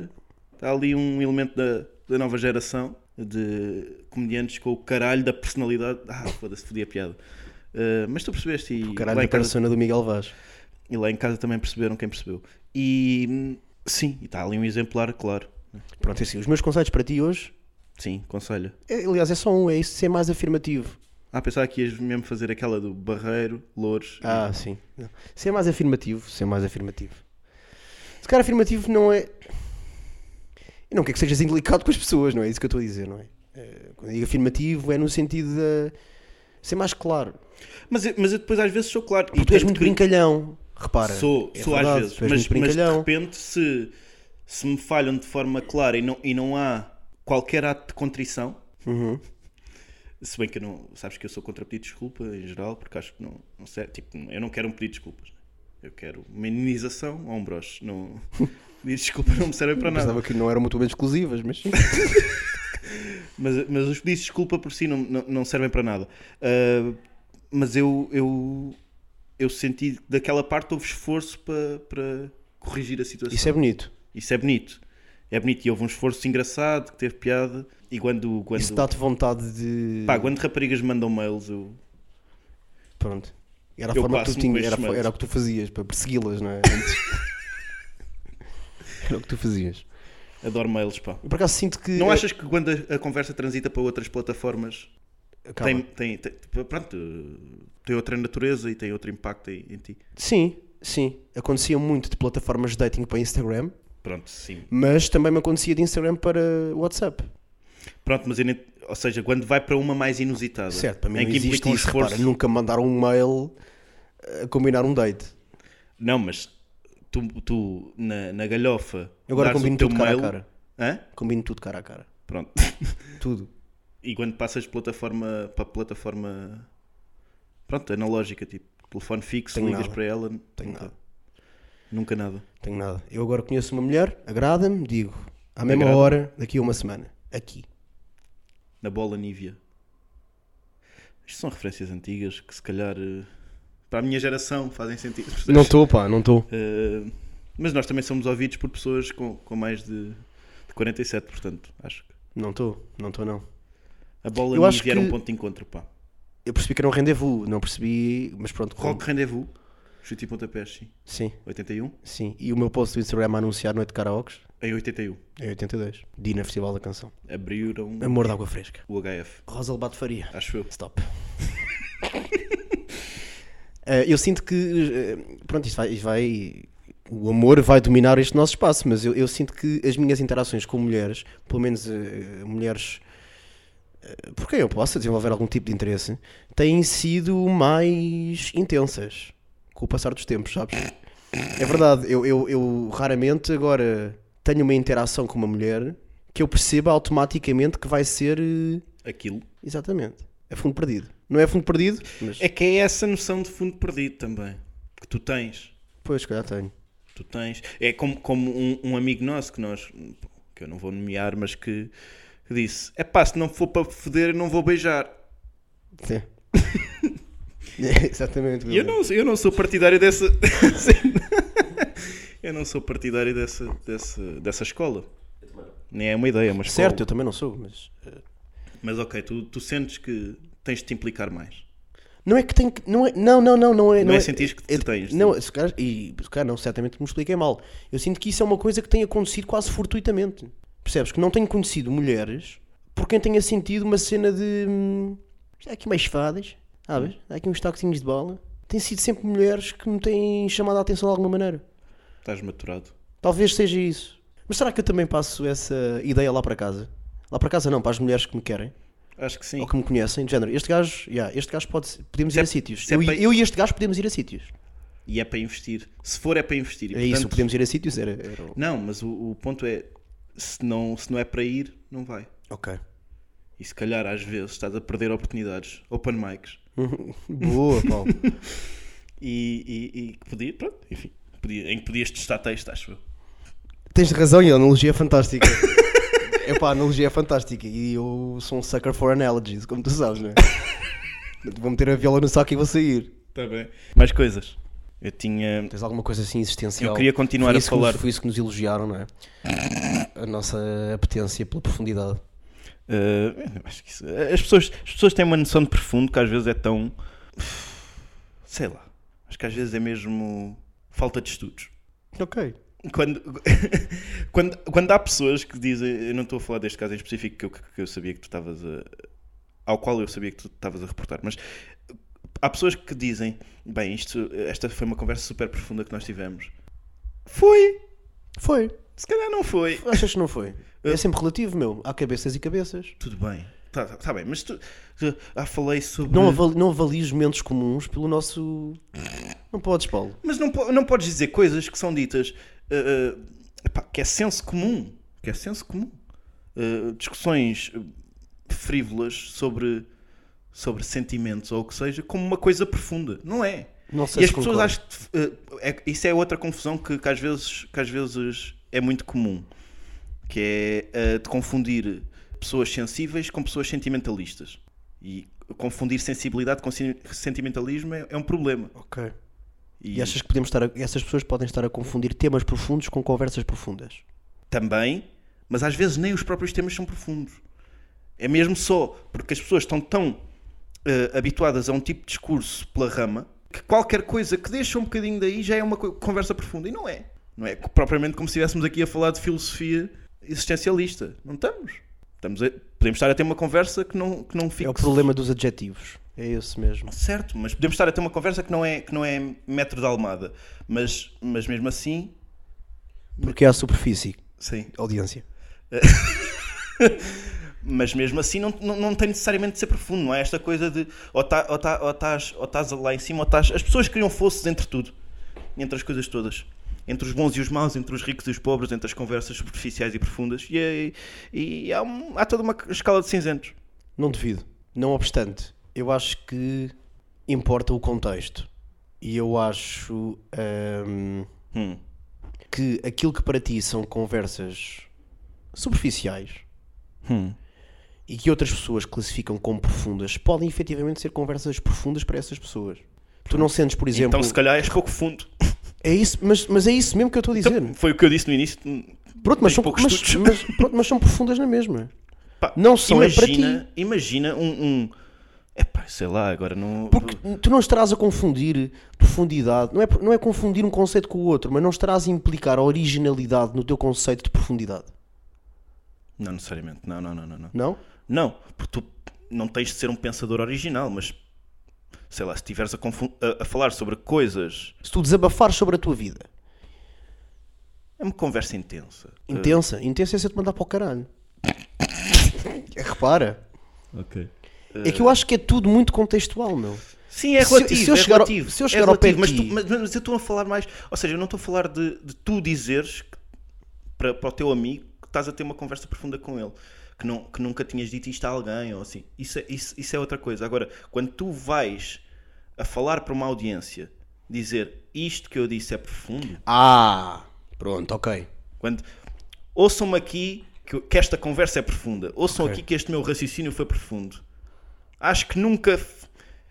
[SPEAKER 4] há ali um elemento da, da nova geração de comediantes com o caralho da personalidade. Ah, foda-se, fodi a piada. Uh, mas tu percebeste e,
[SPEAKER 3] O caralho
[SPEAKER 4] lá
[SPEAKER 3] da
[SPEAKER 4] em casa,
[SPEAKER 3] persona do Miguel Vaz.
[SPEAKER 4] e lá em casa também perceberam quem percebeu. E hum, sim, e está ali um exemplar, claro.
[SPEAKER 3] Pronto, é assim, os meus conselhos para ti hoje
[SPEAKER 4] Sim, conselho.
[SPEAKER 3] É, Aliás, é só um, é isso de ser mais afirmativo.
[SPEAKER 4] Ah, pensava que ias mesmo fazer aquela do Barreiro, Louros.
[SPEAKER 5] Ah, sim. Não. Ser mais afirmativo, ser mais afirmativo. Se calhar afirmativo não é. Eu não quero que sejas indelicado com as pessoas, não é isso que eu estou a dizer, não é? Eh, Quando eu digo afirmativo é no sentido de ser mais claro.
[SPEAKER 4] Mas, eu- mas eu depois às vezes sou claro.
[SPEAKER 5] Ah, Porque tu és muito brincalhão, repara.
[SPEAKER 4] Sou,
[SPEAKER 5] É
[SPEAKER 4] sou
[SPEAKER 5] verdade,
[SPEAKER 4] às vezes.
[SPEAKER 5] Tu és
[SPEAKER 4] Mas, mas de
[SPEAKER 5] muito brincalhão.
[SPEAKER 4] repente, se, se me falham de forma clara e não, e não há qualquer ato de contrição,
[SPEAKER 5] Uhum.
[SPEAKER 4] se bem que eu não. Sabes que eu sou contra pedido de desculpa em geral, porque acho que não, não serve. Tipo, eu não quero um pedido de desculpas. né? Eu quero uma indenização ou um broche. Não,
[SPEAKER 5] <laughs>
[SPEAKER 4] pedido de desculpa não me serve para nada.
[SPEAKER 5] Pensava que não eram mutuamente exclusivas,
[SPEAKER 4] <laughs>
[SPEAKER 5] mas sim.
[SPEAKER 4] Mas, mas os pedidos de desculpa por si não, não, não servem para nada. Ah, mas eu, eu, eu senti que daquela parte houve esforço para, para corrigir a situação.
[SPEAKER 5] isso é bonito.
[SPEAKER 4] Isso é bonito. É bonito e houve um esforço engraçado que teve piada. E quando, quando,
[SPEAKER 5] Isso tá dá-te vontade de.
[SPEAKER 4] é pá, quando raparigas me mandam mails, eu.
[SPEAKER 5] Pronto. Era a
[SPEAKER 4] Eu
[SPEAKER 5] forma que tu
[SPEAKER 4] passo-me com
[SPEAKER 5] tinhas, era, a
[SPEAKER 4] estes
[SPEAKER 5] fo- era
[SPEAKER 4] mails.
[SPEAKER 5] o que tu fazias para persegui-las, não é?
[SPEAKER 4] <laughs>
[SPEAKER 5] Antes. era o que tu fazias.
[SPEAKER 4] Adoro mails, pá.
[SPEAKER 5] Eu por acaso sinto que.
[SPEAKER 4] Não achas que quando a, a conversa transita para outras plataformas
[SPEAKER 5] Acaba.
[SPEAKER 4] tem, tem, tem, pronto, tem outra natureza e tem outro impacto em, em ti?
[SPEAKER 5] Sim, sim. Acontecia muito de plataformas de dating para Instagram,
[SPEAKER 4] Pronto, sim.
[SPEAKER 5] mas também me acontecia de Instagram para WhatsApp.
[SPEAKER 4] Pronto, mas eu nem- ou seja, quando vai para uma mais inusitada,
[SPEAKER 5] Certo, para mim
[SPEAKER 4] em
[SPEAKER 5] não
[SPEAKER 4] que
[SPEAKER 5] existe
[SPEAKER 4] implica um
[SPEAKER 5] isso.
[SPEAKER 4] esforço.
[SPEAKER 5] Repara, nunca me mandaram um mail a combinar um date.
[SPEAKER 4] Não, mas tu, tu na, na galhofa.
[SPEAKER 5] Eu agora
[SPEAKER 4] dares o
[SPEAKER 5] combino
[SPEAKER 4] teu
[SPEAKER 5] tudo cara a
[SPEAKER 4] mail-
[SPEAKER 5] cara.
[SPEAKER 4] Hã?
[SPEAKER 5] Combino tudo cara a cara.
[SPEAKER 4] Pronto.
[SPEAKER 5] Tudo.
[SPEAKER 4] E quando passas de plataforma para plataforma pronto, analógica, tipo telefone fixo,
[SPEAKER 5] Tenho
[SPEAKER 4] ligas
[SPEAKER 5] nada.
[SPEAKER 4] para ela,
[SPEAKER 5] Tenho
[SPEAKER 4] nunca,
[SPEAKER 5] nada.
[SPEAKER 4] nunca nada.
[SPEAKER 5] Tenho nada. Eu agora conheço uma mulher, agrada-me, digo, à mesma
[SPEAKER 4] Agrada.
[SPEAKER 5] hora, daqui a uma semana. Aqui.
[SPEAKER 4] Na bola Nívia. Isto são referências antigas que se calhar eh, para a minha geração fazem sentido. <laughs> percebes?
[SPEAKER 5] estou, pá, não estou.
[SPEAKER 4] Eh, mas nós também somos ouvidos por pessoas com, com mais de, de 47, portanto, acho que.
[SPEAKER 5] Não estou, não estou, não.
[SPEAKER 4] A bola
[SPEAKER 5] Eu acho
[SPEAKER 4] Nívia era
[SPEAKER 5] que-
[SPEAKER 4] um ponto de encontro, pá.
[SPEAKER 5] Eu percebi que era um rendezvous, não percebi, mas pronto. como-
[SPEAKER 4] Rock Rendezvous, chute e pontapés, sim.
[SPEAKER 5] Sim,
[SPEAKER 4] 81?
[SPEAKER 5] sim. E o meu post do Instagram a anunciar Noite de Karaokes
[SPEAKER 4] Em 81.
[SPEAKER 5] é 82. Dina Festival da Canção.
[SPEAKER 4] Abriram
[SPEAKER 5] Amor de Água Fresca.
[SPEAKER 4] o HF,
[SPEAKER 5] Rosalbato Faria.
[SPEAKER 4] acho eu.
[SPEAKER 5] Stop. <laughs> Eh, eu sinto que. eh, pronto, isto vai, isto vai- O amor vai dominar este nosso espaço, mas eu, eu sinto que as minhas interações com mulheres, pelo menos eh, mulheres. eh, Por quem eu possa desenvolver algum tipo de interesse, têm sido mais intensas com o passar dos tempos, sabes? É verdade, eu, eu, eu raramente agora tenho uma interação com uma mulher que eu perceba automaticamente que vai ser eh,
[SPEAKER 4] Aquilo.
[SPEAKER 5] Exatamente. É fundo perdido. Não é fundo perdido, mas.
[SPEAKER 4] É que é essa noção de fundo perdido também. Que tu tens.
[SPEAKER 5] Pois, se calhar tenho.
[SPEAKER 4] Tu tens. É como, como um, um amigo nosso que nós. que eu não vou nomear, mas que, que disse: é pá, se não for para foder, eu não vou beijar.
[SPEAKER 5] Sim.
[SPEAKER 4] <laughs>
[SPEAKER 5] É, exatamente.
[SPEAKER 4] E eu não, eu não sou partidário dessa. <laughs> Sim. eu não sou partidário dessa, dessa, dessa escola. Nem é uma ideia, é uma escola.
[SPEAKER 5] Certo, eu também não sou, mas.
[SPEAKER 4] Mas ok, tu, tu sentes que tens de te implicar mais.
[SPEAKER 5] Não é que tenho que. Não, é... não, não, não, não é.
[SPEAKER 4] Não é sentires que te tens,
[SPEAKER 5] Não, se calhar, e se calhar não, certamente me expliquei mal. Eu sinto que isso é uma coisa que tem acontecido quase fortuitamente. Percebes? Que não tenho conhecido mulheres por quem tenha sentido uma cena de. hum, Há aqui mais fadas, sabes? Há aqui uns toquezinhos de bola. Tem sido sempre mulheres que me têm chamado a atenção de alguma maneira.
[SPEAKER 4] Estás maturado.
[SPEAKER 5] Talvez seja isso. Mas será que eu também passo essa ideia lá para casa? Lá para casa não, para as mulheres que me querem
[SPEAKER 4] Acho que sim.
[SPEAKER 5] ou que me conhecem, de género. Este gajo, yeah, este gajo pode ser- podemos
[SPEAKER 4] Se
[SPEAKER 5] ir
[SPEAKER 4] é-
[SPEAKER 5] a sítios.
[SPEAKER 4] se é
[SPEAKER 5] eu, e-
[SPEAKER 4] pa-
[SPEAKER 5] eu e este gajo podemos ir a sítios.
[SPEAKER 4] E é para investir. Se for, é para investir. E,
[SPEAKER 5] É isso,
[SPEAKER 4] portanto,
[SPEAKER 5] podemos ir a sítios. Era, era... o-
[SPEAKER 4] Não, mas o, o ponto é: se não, se não é para ir, não vai.
[SPEAKER 5] Ok.
[SPEAKER 4] E se calhar às vezes estás a perder oportunidades, open mics,
[SPEAKER 5] <laughs> Boa, Paulo.
[SPEAKER 4] e, e, e que podia, pronto, enfim, podia- em que podias testar texto, acho eu.
[SPEAKER 5] <laughs> Tens razão e a analogia é <laughs> fantástica. Epá, a analogia é fantástica e eu sou um sucker for analogies, como tu sabes, <laughs> não é? vou meter a viola no saco e vou sair.
[SPEAKER 4] Está bem. Mais coisas. Eu tinha.
[SPEAKER 5] Tens alguma coisa assim existencial?
[SPEAKER 4] Eu queria continuar
[SPEAKER 5] Foi
[SPEAKER 4] a
[SPEAKER 5] isso que nos-
[SPEAKER 4] falar.
[SPEAKER 5] foi isso que nos elogiaram, não é? A nossa apetência pela profundidade.
[SPEAKER 4] eh, eu não acho que isso- as, pessoas, as pessoas têm uma noção de profundo que às vezes é tão. Sei lá. Acho que às vezes é mesmo falta de estudos.
[SPEAKER 5] Ok.
[SPEAKER 4] quando, <laughs> quando, quando há pessoas que dizem, eu não estou a falar deste caso em específico, que eu, que eu sabia que tu estavas a, ao qual eu sabia que tu estavas a reportar, mas há pessoas que dizem, bem, isto, esta foi uma conversa super profunda que nós tivemos. Foi!
[SPEAKER 5] Foi.
[SPEAKER 4] Se calhar não foi.
[SPEAKER 5] Achas que
[SPEAKER 4] <laughs>
[SPEAKER 5] não foi? É sempre relativo, meu. Há cabeças e cabeças.
[SPEAKER 4] Tudo bem. Tá, tá, tá bem, mas tu... tu- Ah, falei sobre...
[SPEAKER 5] Não, avali, não avalies momentos comuns pelo nosso. Não podes, Paulo.
[SPEAKER 4] Mas não, po- não podes dizer coisas que são ditas ah, ah, pá, que é senso comum. Que é senso comum. Ah, discussões ah, frívolas sobre, sobre sentimentos ou o que seja, como uma coisa profunda. Não é?
[SPEAKER 5] Não sei
[SPEAKER 4] e
[SPEAKER 5] se
[SPEAKER 4] as pessoas
[SPEAKER 5] concordo.
[SPEAKER 4] acham que, ah, é- isso é outra confusão que, que às vezes, que às vezes é muito comum. Que é ah, de confundir pessoas sensíveis com pessoas sentimentalistas. E confundir sensibilidade com sen- sentimentalismo é, é um problema.
[SPEAKER 5] Ok. E achas que podemos estar a- essas pessoas podem estar a confundir temas profundos com conversas profundas?
[SPEAKER 4] também, mas às vezes nem os próprios temas são profundos. É mesmo só porque as pessoas estão tão eh, habituadas a um tipo de discurso pela rama que qualquer coisa que deixa um bocadinho daí já é uma co- conversa profunda. E não é. Não é propriamente como se estivéssemos aqui a falar de filosofia existencialista. Não estamos. estamos a- podemos estar a ter uma conversa que não, que não fique
[SPEAKER 5] É o problema dos adjetivos. É esse mesmo.
[SPEAKER 4] Certo, mas podemos estar a ter uma conversa que não é, que não é metro de almada. Mas, mas mesmo assim,
[SPEAKER 5] Porque há superfície,
[SPEAKER 4] sim.
[SPEAKER 5] audiência.
[SPEAKER 4] mas mesmo assim não, não, não tem necessariamente de ser profundo, não é esta coisa de ou, tá, ou, tá, ou, estás, ou estás lá em cima ou estás. As pessoas criam fossos entre tudo, entre as coisas todas, entre os bons e os maus, entre os ricos e os pobres, entre as conversas superficiais e profundas, e, é- e há, um- há toda uma escala de cinzentos.
[SPEAKER 5] Não devido. Não obstante, eu acho que importa o contexto. E eu acho hum,
[SPEAKER 4] Hum.
[SPEAKER 5] que aquilo que para ti são conversas superficiais
[SPEAKER 4] Hum.
[SPEAKER 5] e que outras pessoas classificam como profundas podem efetivamente ser conversas profundas para essas pessoas. Tu não sentes, por exemplo.
[SPEAKER 4] Então se calhar és pouco fundo.
[SPEAKER 5] É isso, mas, mas é isso mesmo que eu estou a dizer.
[SPEAKER 4] Foi o que eu disse no início.
[SPEAKER 5] pronto, mas
[SPEAKER 4] tens Então,
[SPEAKER 5] são,
[SPEAKER 4] poucos
[SPEAKER 5] mas,
[SPEAKER 4] estudos.
[SPEAKER 5] mas- pronto, mas são profundas na mesma.
[SPEAKER 4] Pá,
[SPEAKER 5] Não são, é para
[SPEAKER 4] imagina, imagina um. um epá, sei lá, agora não.
[SPEAKER 5] Porque tu não estarás a confundir profundidade, não é, não é confundir um conceito com o outro, mas não estarás a implicar a originalidade no teu conceito de profundidade,
[SPEAKER 4] Não necessariamente, não, não, não, não. não.
[SPEAKER 5] não?
[SPEAKER 4] Não, porque tu não tens de ser um pensador original, mas sei lá, se estiveres a, confu- a- a falar sobre coisas,
[SPEAKER 5] Se tu desabafares sobre a tua vida,
[SPEAKER 4] é uma conversa intensa.
[SPEAKER 5] intensa, intensa é se eu te mandar para o <laughs> caralho. Repara,
[SPEAKER 4] Ok.
[SPEAKER 5] é que eu acho que é tudo muito contextual, meu.
[SPEAKER 4] Sim, é
[SPEAKER 5] Se eu-
[SPEAKER 4] relativo.
[SPEAKER 5] se eu
[SPEAKER 4] é
[SPEAKER 5] chegar ao-
[SPEAKER 4] relativo,
[SPEAKER 5] se eu
[SPEAKER 4] é
[SPEAKER 5] chegar ao pé de
[SPEAKER 4] relativo, mas,
[SPEAKER 5] ti-
[SPEAKER 4] tu- mas- mas- mas eu estou a falar mais. Ou seja, eu não estou a falar de, de tu dizeres que- para, para o teu amigo que estás a ter uma conversa profunda com ele. Que, não, que nunca tinhas dito isto a alguém ou assim. Isso é, isso, isso é outra coisa. Agora, quando tu vais a falar para uma audiência dizer isto que eu disse é profundo,
[SPEAKER 5] Ah, pronto, ok.
[SPEAKER 4] Quando ouçam-me aqui que, que esta conversa é profunda, ouçam aqui que este meu raciocínio foi profundo. Acho que nunca f-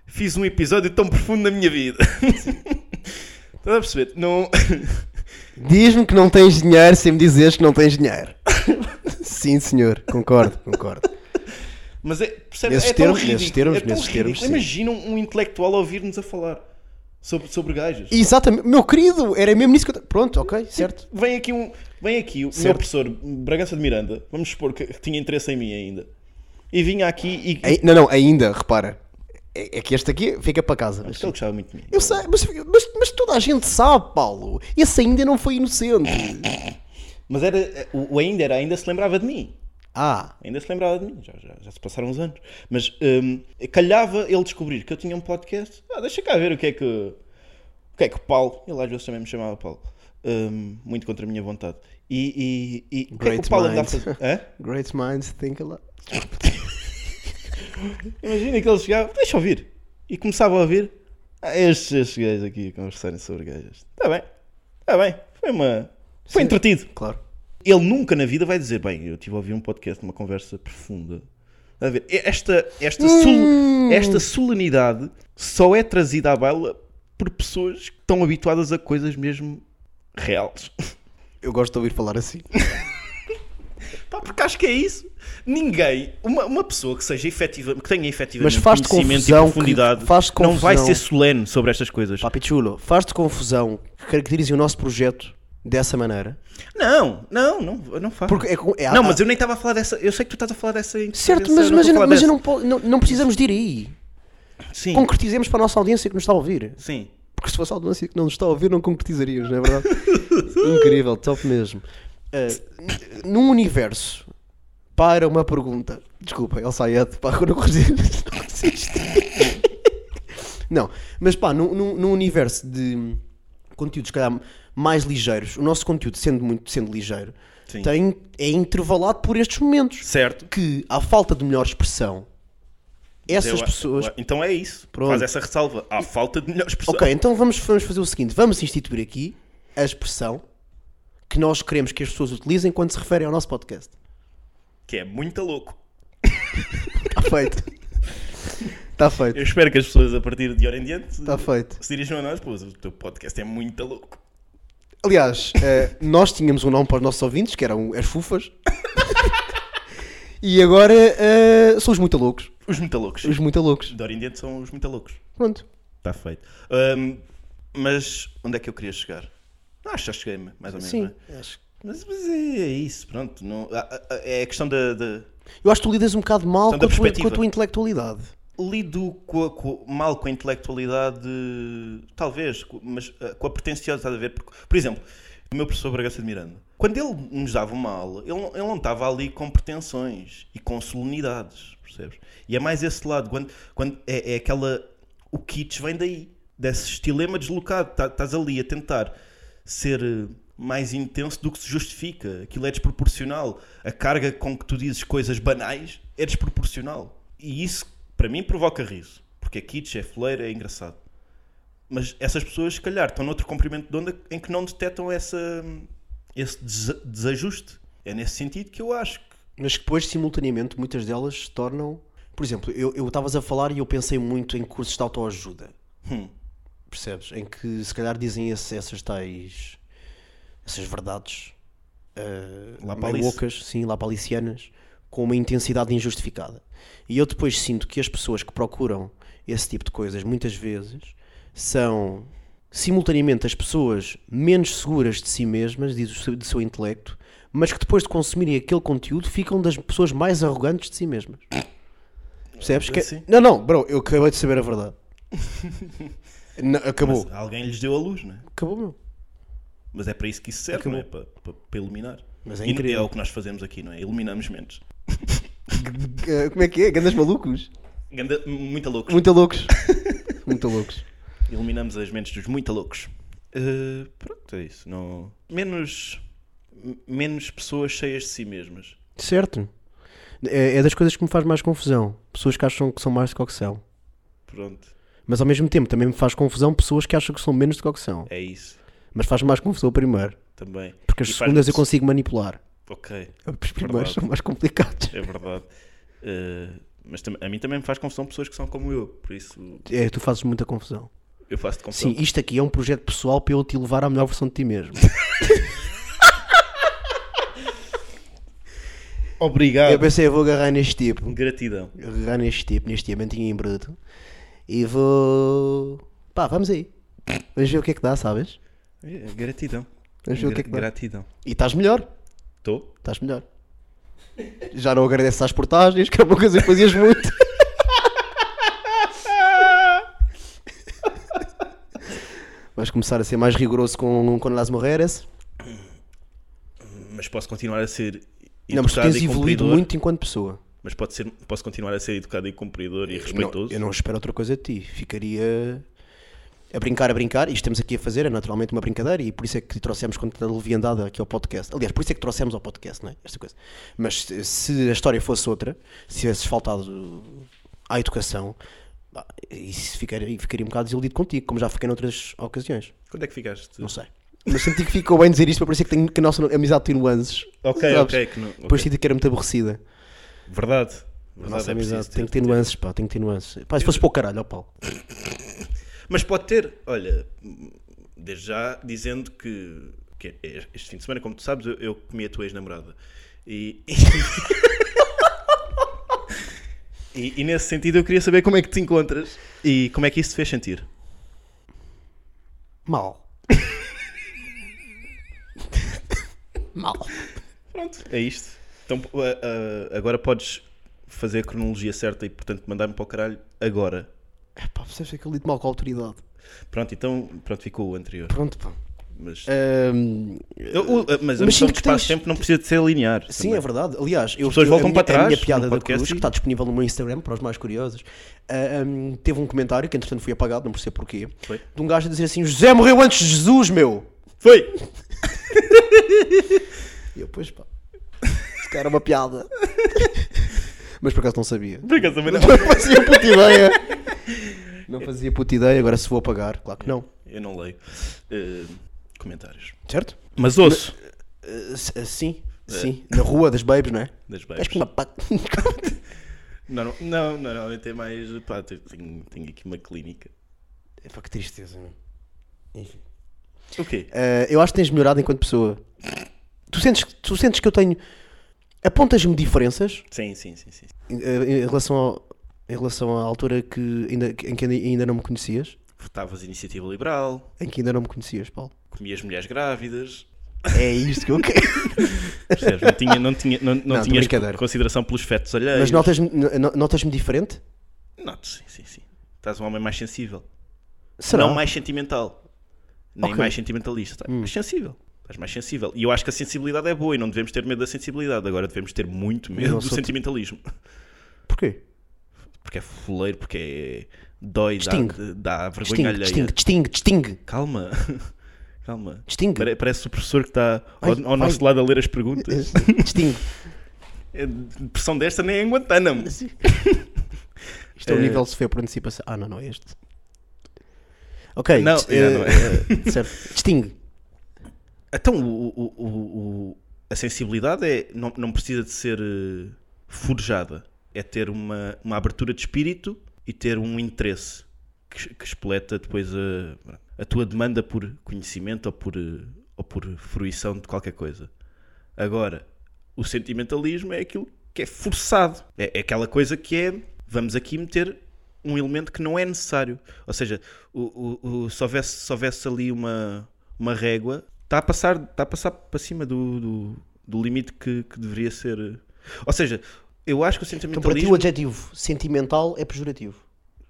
[SPEAKER 4] fiz um episódio tão profundo na minha vida. <laughs> Estás a perceber? Não...
[SPEAKER 5] Diz-me que não tens dinheiro sem me dizeres que não tens dinheiro. <laughs> Sim, senhor, concordo, concordo.
[SPEAKER 4] Mas é, percebe,
[SPEAKER 5] Nesses
[SPEAKER 4] é tão
[SPEAKER 5] termos-
[SPEAKER 4] ridículo.
[SPEAKER 5] nesses termos-
[SPEAKER 4] é tão
[SPEAKER 5] nesses
[SPEAKER 4] ridículo.
[SPEAKER 5] termos, sim.
[SPEAKER 4] Imagina um, um intelectual a ouvir-nos a falar sobre, sobre gajas.
[SPEAKER 5] Exatamente, meu querido, era mesmo nisso que eu. ta- Pronto, ok, certo.
[SPEAKER 4] Vem aqui, um, vem aqui o meu
[SPEAKER 5] Certo.
[SPEAKER 4] professor Bragança de Miranda, vamos supor que tinha interesse em mim ainda, e vinha aqui e.
[SPEAKER 5] Ai- É, Não, não, ainda, repara. É, é que este aqui fica para casa. mas- então,
[SPEAKER 4] Ele gostava muito de mim.
[SPEAKER 5] Eu sei, mas, mas, mas toda a gente sabe, Paulo. Esse ainda não foi <coughs> inocente.
[SPEAKER 4] Mas era, o o ainda era, ainda se lembrava de mim.
[SPEAKER 5] Ah,
[SPEAKER 4] Ainda se lembrava de mim, já, já- já se passaram uns anos. Mas hum, calhava ele descobrir que eu tinha um podcast. Ah, deixa cá ver o que é que. O que é que o Paulo. Ele às vezes também me chamava Paulo. hum, muito contra a minha vontade. E, e- e o que é que
[SPEAKER 5] Great
[SPEAKER 4] o Paulo
[SPEAKER 5] mind.
[SPEAKER 4] andava a
[SPEAKER 5] <laughs>
[SPEAKER 4] fazer? Hã?
[SPEAKER 5] great minds think alike.
[SPEAKER 4] Imagina que ele chegava, deixa ouvir. E começava a ouvir. Ah, estes, estes gajos aqui a conversarem sobre gajas. Está bem, está bem. Foi uma. Foi
[SPEAKER 5] Sim.
[SPEAKER 4] entretido.
[SPEAKER 5] Claro.
[SPEAKER 4] Ele nunca na vida vai dizer, bem, eu estive a ouvir um podcast, uma conversa profunda. A ver, esta, esta,
[SPEAKER 5] Hum.
[SPEAKER 4] sol- esta solenidade só é trazida à baila por pessoas que estão habituadas a coisas mesmo reais. <laughs>
[SPEAKER 5] Eu gosto de ouvir falar assim.
[SPEAKER 4] Pá, porque acho que é isso. Ninguém, uma, uma pessoa que seja efetiva, que tenha efetivamente
[SPEAKER 5] Mas faz-te
[SPEAKER 4] conhecimento e
[SPEAKER 5] confusão que-
[SPEAKER 4] profundidade,
[SPEAKER 5] faz-te
[SPEAKER 4] não vai
[SPEAKER 5] confusão.
[SPEAKER 4] ser solene sobre estas coisas.
[SPEAKER 5] Papi Chulo, faz-te confusão que caracterize o nosso projeto dessa maneira.
[SPEAKER 4] Não, não, não, eu não faço.
[SPEAKER 5] Porque é com- é-
[SPEAKER 4] não,
[SPEAKER 5] há-
[SPEAKER 4] mas eu nem estava a falar dessa. Eu sei que tu estás a falar dessa.
[SPEAKER 5] Certo,
[SPEAKER 4] dessa-
[SPEAKER 5] mas,
[SPEAKER 4] não estou
[SPEAKER 5] mas, eu
[SPEAKER 4] a
[SPEAKER 5] não-
[SPEAKER 4] falar
[SPEAKER 5] mas
[SPEAKER 4] dessa.
[SPEAKER 5] eu não, po- não, não precisamos de ir aí. um
[SPEAKER 4] Sim,
[SPEAKER 5] Concretizemos para a nossa audiência que nos está a ouvir.
[SPEAKER 4] sim.
[SPEAKER 5] Porque se fosse a audiência que não nos está a ouvir, não concretizaríamos, não é
[SPEAKER 4] <laughs>
[SPEAKER 5] verdade? Incrível, top mesmo. Uh, n- num universo, para uma pergunta. Desculpa, El Sayed, pá, agora não consigo. <laughs> não consigo. Não, mas pá, num, num- num universo de conteúdos, se calhar, mais ligeiros, o nosso conteúdo, sendo muito sendo ligeiro,
[SPEAKER 4] Sim.
[SPEAKER 5] tem- é intervalado por estes momentos.
[SPEAKER 4] Certo.
[SPEAKER 5] Que, à falta de melhor expressão, essas
[SPEAKER 4] Eu-
[SPEAKER 5] pessoas.
[SPEAKER 4] eu- Então é isso.
[SPEAKER 5] Pronto.
[SPEAKER 4] Faz essa ressalva. Há falta de melhores pessoas.
[SPEAKER 5] Ok, então vamos, vamos fazer o seguinte: vamos instituir aqui a expressão que nós queremos que as pessoas utilizem quando se referem ao nosso podcast.
[SPEAKER 4] Que é muito louco. <laughs>
[SPEAKER 5] Está feito. Está feito.
[SPEAKER 4] Eu espero que as pessoas a partir de hora em diante
[SPEAKER 5] Está feito.
[SPEAKER 4] se dirijam a nós, pois o teu podcast é muito louco.
[SPEAKER 5] Aliás, eh, nós tínhamos um nome para os nossos ouvintes que eram
[SPEAKER 4] <laughs>
[SPEAKER 5] as Fufas. E agora eh, são os muito loucos.
[SPEAKER 4] Os muito loucos.
[SPEAKER 5] Os muito loucos.
[SPEAKER 4] De hora em diante são os muito loucos.
[SPEAKER 5] Pronto.
[SPEAKER 4] Está feito. Ahm, mas onde é que eu queria chegar? Acho que já cheguei, mais ou menos.
[SPEAKER 5] Sim.
[SPEAKER 4] não é? Mas, mas é isso, pronto. Não, a- a- é a questão da. da-
[SPEAKER 5] Eu acho que tu lidas um bocado mal
[SPEAKER 4] Então, da
[SPEAKER 5] com a, tua, com a
[SPEAKER 4] perspectiva.
[SPEAKER 5] tua intelectualidade.
[SPEAKER 4] lido com a- com- mal com a intelectualidade, talvez, co- mas ah, com a pretenciosa, estás a ver? Porque, por exemplo, o meu professor Bragança de Miranda, quando ele nos dava uma aula, ele, não- ele não estava ali com pretensões e com solenidades, percebes? E é mais esse lado, quando, quando é, é aquela. O kitsch vem daí, desse estilema deslocado, tá- estás ali a tentar ser eh, mais intenso do que se justifica. Aquilo é desproporcional. A carga com que tu dizes coisas banais é desproporcional. E isso, para mim, provoca riso. Porque é kitsch, é fleira, é engraçado. Mas essas pessoas, se calhar, estão noutro comprimento de onda em que não detectam essa, esse desa- desajuste. É nesse sentido que eu acho que.
[SPEAKER 5] Mas que depois, simultaneamente, muitas delas se tornam. Por exemplo, eu eu estavas a falar e eu pensei muito em cursos de autoajuda.
[SPEAKER 4] Hum.
[SPEAKER 5] Percebes? Em que se calhar dizem esse- essas tais. essas verdades. ah,
[SPEAKER 4] Lá
[SPEAKER 5] meio
[SPEAKER 4] palice.
[SPEAKER 5] loucas, sim, lá palicianas, com uma intensidade injustificada. E eu depois sinto que as pessoas que procuram esse tipo de coisas, muitas vezes, são simultaneamente as pessoas menos seguras de si mesmas, diz o seu- do seu intelecto, mas que depois de consumirem aquele conteúdo ficam das pessoas mais arrogantes de si mesmas. Percebes? Que-
[SPEAKER 4] É, Assim?
[SPEAKER 5] Não, não, bro, eu acabei de saber a verdade. Não, acabou.
[SPEAKER 4] Mas alguém lhes deu a luz, não é?
[SPEAKER 5] Acabou, meu.
[SPEAKER 4] Mas é para isso que isso serve,
[SPEAKER 5] Acabou.
[SPEAKER 4] não é? Para, para, para iluminar.
[SPEAKER 5] Mas é
[SPEAKER 4] E
[SPEAKER 5] incrível.
[SPEAKER 4] o que nós fazemos aqui, não é? Iluminamos mentes.
[SPEAKER 5] Eh, Como é que é? Gandas malucos?
[SPEAKER 4] Ganda- muito loucos.
[SPEAKER 5] Muito loucos. Muito loucos.
[SPEAKER 4] Iluminamos as mentes dos muito loucos. Uh, pronto, é isso. Não... Menos, m- menos pessoas cheias de si mesmas.
[SPEAKER 5] Certo. É, é das coisas que me faz mais confusão. Pessoas que acham que são mais do que o que são.
[SPEAKER 4] Pronto,
[SPEAKER 5] Mas ao mesmo tempo também me faz confusão pessoas que acham que são menos do que o que são.
[SPEAKER 4] é isso.
[SPEAKER 5] Mas faz mais confusão o primeiro.
[SPEAKER 4] Também.
[SPEAKER 5] Porque as
[SPEAKER 4] E faz-
[SPEAKER 5] segundas eu consigo manipular.
[SPEAKER 4] Ok,
[SPEAKER 5] Os primeiros
[SPEAKER 4] Verdade.
[SPEAKER 5] são mais complicados.
[SPEAKER 4] é verdade. Uh, mas tam- a mim também me faz confusão pessoas que são como eu. Por isso
[SPEAKER 5] É, tu fazes muita confusão.
[SPEAKER 4] eu faço confusão.
[SPEAKER 5] Sim, isto aqui é um projeto pessoal para eu te levar à melhor versão de
[SPEAKER 4] <laughs>
[SPEAKER 5] ti mesmo.
[SPEAKER 4] Obrigado.
[SPEAKER 5] eu pensei, eu vou agarrar neste tipo.
[SPEAKER 4] Gratidão.
[SPEAKER 5] agarrar neste tipo, neste diamantinho em bruto e vou. pá,
[SPEAKER 4] <laughs>
[SPEAKER 5] vamos aí. Vamos ver o que é que dá, sabes?
[SPEAKER 4] É, Gratidão.
[SPEAKER 5] Vamos ver o que é que dá.
[SPEAKER 4] Gratidão.
[SPEAKER 5] E estás melhor,
[SPEAKER 4] Estou?
[SPEAKER 5] estás melhor. Já não agradeces às portagens, que era uma coisa que fazias muito. Vais começar a ser mais rigoroso com quando las morreres.
[SPEAKER 4] Mas posso continuar a ser
[SPEAKER 5] Não, mas tu
[SPEAKER 4] educado
[SPEAKER 5] tens
[SPEAKER 4] e
[SPEAKER 5] evoluído
[SPEAKER 4] cumpridor.
[SPEAKER 5] muito enquanto pessoa.
[SPEAKER 4] Mas pode ser, posso continuar a ser educado e cumpridor e
[SPEAKER 5] Eu não-
[SPEAKER 4] respeitoso.
[SPEAKER 5] eu não espero outra coisa de ti. Ficaria a brincar, a brincar. Isto estamos aqui a fazer é naturalmente uma brincadeira e por isso é que trouxemos com tanta leviandade aqui ao podcast. Aliás, por isso é que trouxemos ao podcast, não é? Esta coisa. Mas se- se a história fosse outra, se tivesses faltado à educação, pá, isso ficaria, ficaria um bocado desiludido contigo, como já fiquei noutras ocasiões.
[SPEAKER 4] Quando é que ficaste?
[SPEAKER 5] Não sei. Mas senti que ficou bem dizer isto para parecer que, tenho, que a nossa amizade tem nuances.
[SPEAKER 4] Ok, ok, que não-
[SPEAKER 5] Depois
[SPEAKER 4] ok.
[SPEAKER 5] senti que era muito aborrecida.
[SPEAKER 4] Verdade.
[SPEAKER 5] A
[SPEAKER 4] Verdade,
[SPEAKER 5] nossa
[SPEAKER 4] é preciso
[SPEAKER 5] amizade tem que
[SPEAKER 4] ter-
[SPEAKER 5] ter nuances, pá, tem que ter nuances. Pá, se fosse para o caralho, ó Paulo.
[SPEAKER 4] Mas pode ter, olha, desde já dizendo que, que é, este fim de semana, como tu sabes, eu, eu comi a tua ex-namorada. E, e, <laughs> e nesse sentido eu queria saber como é que te encontras e como é que isso te fez sentir.
[SPEAKER 5] Mal. Mal.
[SPEAKER 4] Pronto, é isto. Então a- a- agora podes fazer a cronologia certa e, portanto, mandar-me para o caralho agora.
[SPEAKER 5] Pá, percebes que eu lido mal com a autoridade.
[SPEAKER 4] Pronto, então pronto, ficou o anterior.
[SPEAKER 5] Pronto, pá.
[SPEAKER 4] Mas,
[SPEAKER 5] Ahm,
[SPEAKER 4] Eu- o- eh, mas a
[SPEAKER 5] Eh, mas
[SPEAKER 4] noção
[SPEAKER 5] sinto
[SPEAKER 4] de
[SPEAKER 5] que tens-
[SPEAKER 4] espaço-tempo não precisa de ser linear.
[SPEAKER 5] Sim,
[SPEAKER 4] também.
[SPEAKER 5] é verdade. Aliás, eu,
[SPEAKER 4] pessoas
[SPEAKER 5] eu-
[SPEAKER 4] voltam
[SPEAKER 5] a
[SPEAKER 4] para
[SPEAKER 5] minha, A
[SPEAKER 4] trás
[SPEAKER 5] minha piada
[SPEAKER 4] no
[SPEAKER 5] da
[SPEAKER 4] podcast
[SPEAKER 5] Cruz,
[SPEAKER 4] e-
[SPEAKER 5] que está disponível no meu Instagram para os mais curiosos, ah, hum, teve um comentário, que entretanto fui apagado, não percebo porquê,
[SPEAKER 4] Foi?
[SPEAKER 5] de um gajo a dizer assim, José morreu antes de Jesus, meu!
[SPEAKER 4] <laughs> Foi!
[SPEAKER 5] E eu, pois pá, se calhar era
[SPEAKER 4] <laughs>
[SPEAKER 5] uma piada. Mas por acaso não sabia.
[SPEAKER 4] Por acaso também não.
[SPEAKER 5] Não fazia puta ideia. Não fazia puta ideia, agora se vou apagar, claro que não.
[SPEAKER 4] Eu não leio eh, comentários.
[SPEAKER 5] Certo?
[SPEAKER 4] Mas ouço.
[SPEAKER 5] Ah, s- ah, sim,
[SPEAKER 4] É.
[SPEAKER 5] sim. Na rua das babes, não é?
[SPEAKER 4] Das babes.
[SPEAKER 5] <laughs> Acho que uma pá.
[SPEAKER 4] Não, não, não, não, não, eu tenho mais. Pá, tenho, tenho- tenho aqui uma clínica.
[SPEAKER 5] Epá, que tristeza, meu. Enfim.
[SPEAKER 4] O quê?
[SPEAKER 5] Uh, eu acho que tens melhorado enquanto pessoa. Tu sentes, que- tu sentes que eu tenho. Apontas-me diferenças
[SPEAKER 4] Sim, sim, sim, sim.
[SPEAKER 5] uh, em, relação ao- em relação à altura que ainda, que- em que ainda não me conhecias?
[SPEAKER 4] Votavas iniciativa liberal,
[SPEAKER 5] Em que ainda não me conhecias, Paulo.
[SPEAKER 4] comias mulheres
[SPEAKER 5] <laughs>
[SPEAKER 4] grávidas.
[SPEAKER 5] É isto que eu quero.
[SPEAKER 4] Percebes? Não, tinha, não, tinha, não, não
[SPEAKER 5] Não, tô
[SPEAKER 4] tinhas
[SPEAKER 5] brincadeira.
[SPEAKER 4] consideração pelos fetos alheios.
[SPEAKER 5] Mas notas-me no- notas-me diferente?
[SPEAKER 4] Noto, sim, sim, sim. Estás um homem mais sensível.
[SPEAKER 5] Será?
[SPEAKER 4] Não mais sentimental. Nem
[SPEAKER 5] Ok. Hum.
[SPEAKER 4] mais sentimentalista. Estás mais sensível. Estás mais sensível. E eu acho que a sensibilidade é boa e não devemos ter medo da sensibilidade. Agora devemos ter muito medo
[SPEAKER 5] não
[SPEAKER 4] do
[SPEAKER 5] sou-
[SPEAKER 4] sentimentalismo.
[SPEAKER 5] Porquê?
[SPEAKER 4] Porque é fuleiro, porque é. dói, dá,
[SPEAKER 5] Distingue.
[SPEAKER 4] dá vergonha
[SPEAKER 5] Distingue,
[SPEAKER 4] alheia.
[SPEAKER 5] distingue, distingue, distingue.
[SPEAKER 4] Calma. <laughs> Calma.
[SPEAKER 5] Distingue.
[SPEAKER 4] Pare- Parece o professor que está ao,
[SPEAKER 5] Ai,
[SPEAKER 4] ao nosso
[SPEAKER 5] ai.
[SPEAKER 4] lado a ler as <laughs>
[SPEAKER 5] <laughs>
[SPEAKER 4] perguntas.
[SPEAKER 5] Distingue.
[SPEAKER 4] É, Depressão desta nem é em Guantánamo.
[SPEAKER 5] Isto é o
[SPEAKER 4] Eh,
[SPEAKER 5] nível se foi por antecipação. Ah, não, não é este. Ok.
[SPEAKER 4] Não,
[SPEAKER 5] dis-
[SPEAKER 4] yeah, não é.
[SPEAKER 5] eh, eh, certo. Distingue.
[SPEAKER 4] Então, o, o- o- o- a sensibilidade é, não, não precisa de ser eh, forjada. É ter uma, uma abertura de espírito e ter um interesse que, es- que espoleta depois a, a tua demanda por conhecimento ou por, eh, ou por fruição de qualquer coisa. Agora, o sentimentalismo é aquilo que é forçado. É, é aquela coisa que é, vamos aqui meter um elemento que não é necessário. Ou seja, o, o- o- se, houvesse, se houvesse ali uma, uma régua, está a passar, está a passar para cima do, do, do limite que, que deveria ser. Ou seja, eu acho que o
[SPEAKER 5] Então, para ti, o
[SPEAKER 4] sentimentalismo...
[SPEAKER 5] adjetivo sentimental é pejorativo.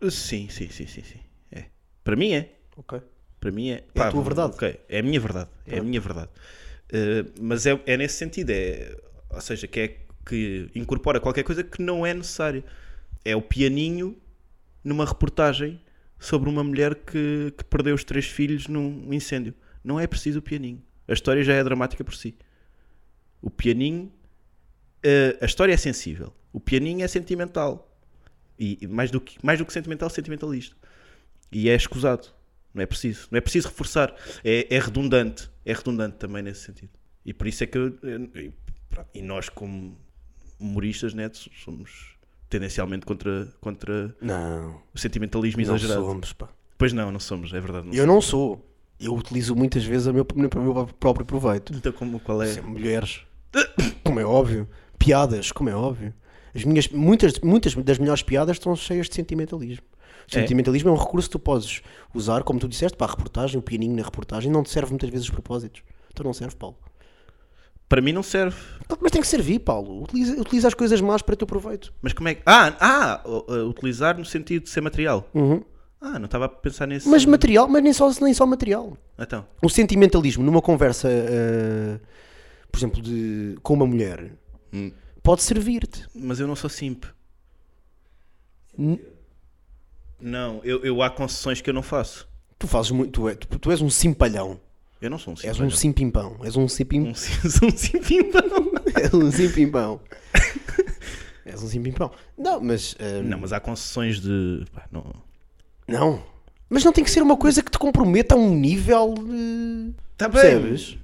[SPEAKER 4] sim, sim, sim, sim, sim. É. Para mim é.
[SPEAKER 5] Ok.
[SPEAKER 4] Para mim é.
[SPEAKER 5] a tua verdade.
[SPEAKER 4] ok, É a minha verdade. É a minha verdade. Eh, mas é, é nesse sentido. É, ou seja, que é que incorpora qualquer coisa que não é necessário. É o pianinho numa reportagem sobre uma mulher que, que perdeu os três filhos num incêndio. Não é preciso o pianinho. A história já é dramática por si. O pianinho. eh, a história é sensível. O pianinho é sentimental. E e mais do que, mais do que sentimental, sentimentalista. E é escusado. Não é preciso. Não é preciso reforçar. É, é redundante. É redundante também nesse sentido. E por isso é que. eu- eu- e, pronto, e nós, como humoristas, né, somos tendencialmente contra, contra
[SPEAKER 5] Não.
[SPEAKER 4] o sentimentalismo
[SPEAKER 5] Não
[SPEAKER 4] exagerado.
[SPEAKER 5] somos, pá.
[SPEAKER 4] Pois não, não somos, é verdade. Não
[SPEAKER 5] Eu não sou. Eu utilizo muitas vezes a meu, para o meu próprio proveito.
[SPEAKER 4] somos. Então, como, qual é?
[SPEAKER 5] Sem Mulheres. <coughs> Como é óbvio. Piadas, como é óbvio. As minhas, muitas, muitas das melhores piadas estão cheias de sentimentalismo. O sentimentalismo é. um recurso que tu podes usar, como tu disseste, para a reportagem, o pianinho na reportagem, não te serve muitas vezes os propósitos. Então não serve, Paulo.
[SPEAKER 4] Para mim não serve.
[SPEAKER 5] Mas tem que servir, Paulo. Utiliza, utiliza as coisas más para o teu proveito.
[SPEAKER 4] Mas como é que. Ah, ah o- uh, utilizar no sentido de ser material.
[SPEAKER 5] Uhum.
[SPEAKER 4] Ah, não estava a pensar nesse.
[SPEAKER 5] Mas material, mas nem só, nem só material.
[SPEAKER 4] Então,
[SPEAKER 5] o sentimentalismo numa conversa, eh, por exemplo, de, com uma mulher, pode servir-te.
[SPEAKER 4] mas eu não sou simp. Não, eu, eu há concessões que eu não faço.
[SPEAKER 5] Tu fazes muito, tu, é- tu- tu és um simpalhão,
[SPEAKER 4] Eu não sou um simp.
[SPEAKER 5] és um <laughs>
[SPEAKER 4] olha.
[SPEAKER 5] simpimpão, és um simpim,
[SPEAKER 4] Um sim- um simpimpão.
[SPEAKER 5] <laughs> és
[SPEAKER 4] <laughs>
[SPEAKER 5] um simpimpão. és um simpimpão. Não, mas eh,
[SPEAKER 4] Não, mas há concessões de. pá, não.
[SPEAKER 5] não. Mas não tem que ser uma coisa que te comprometa a um nível. eh,
[SPEAKER 4] Tá bem.
[SPEAKER 5] percebes?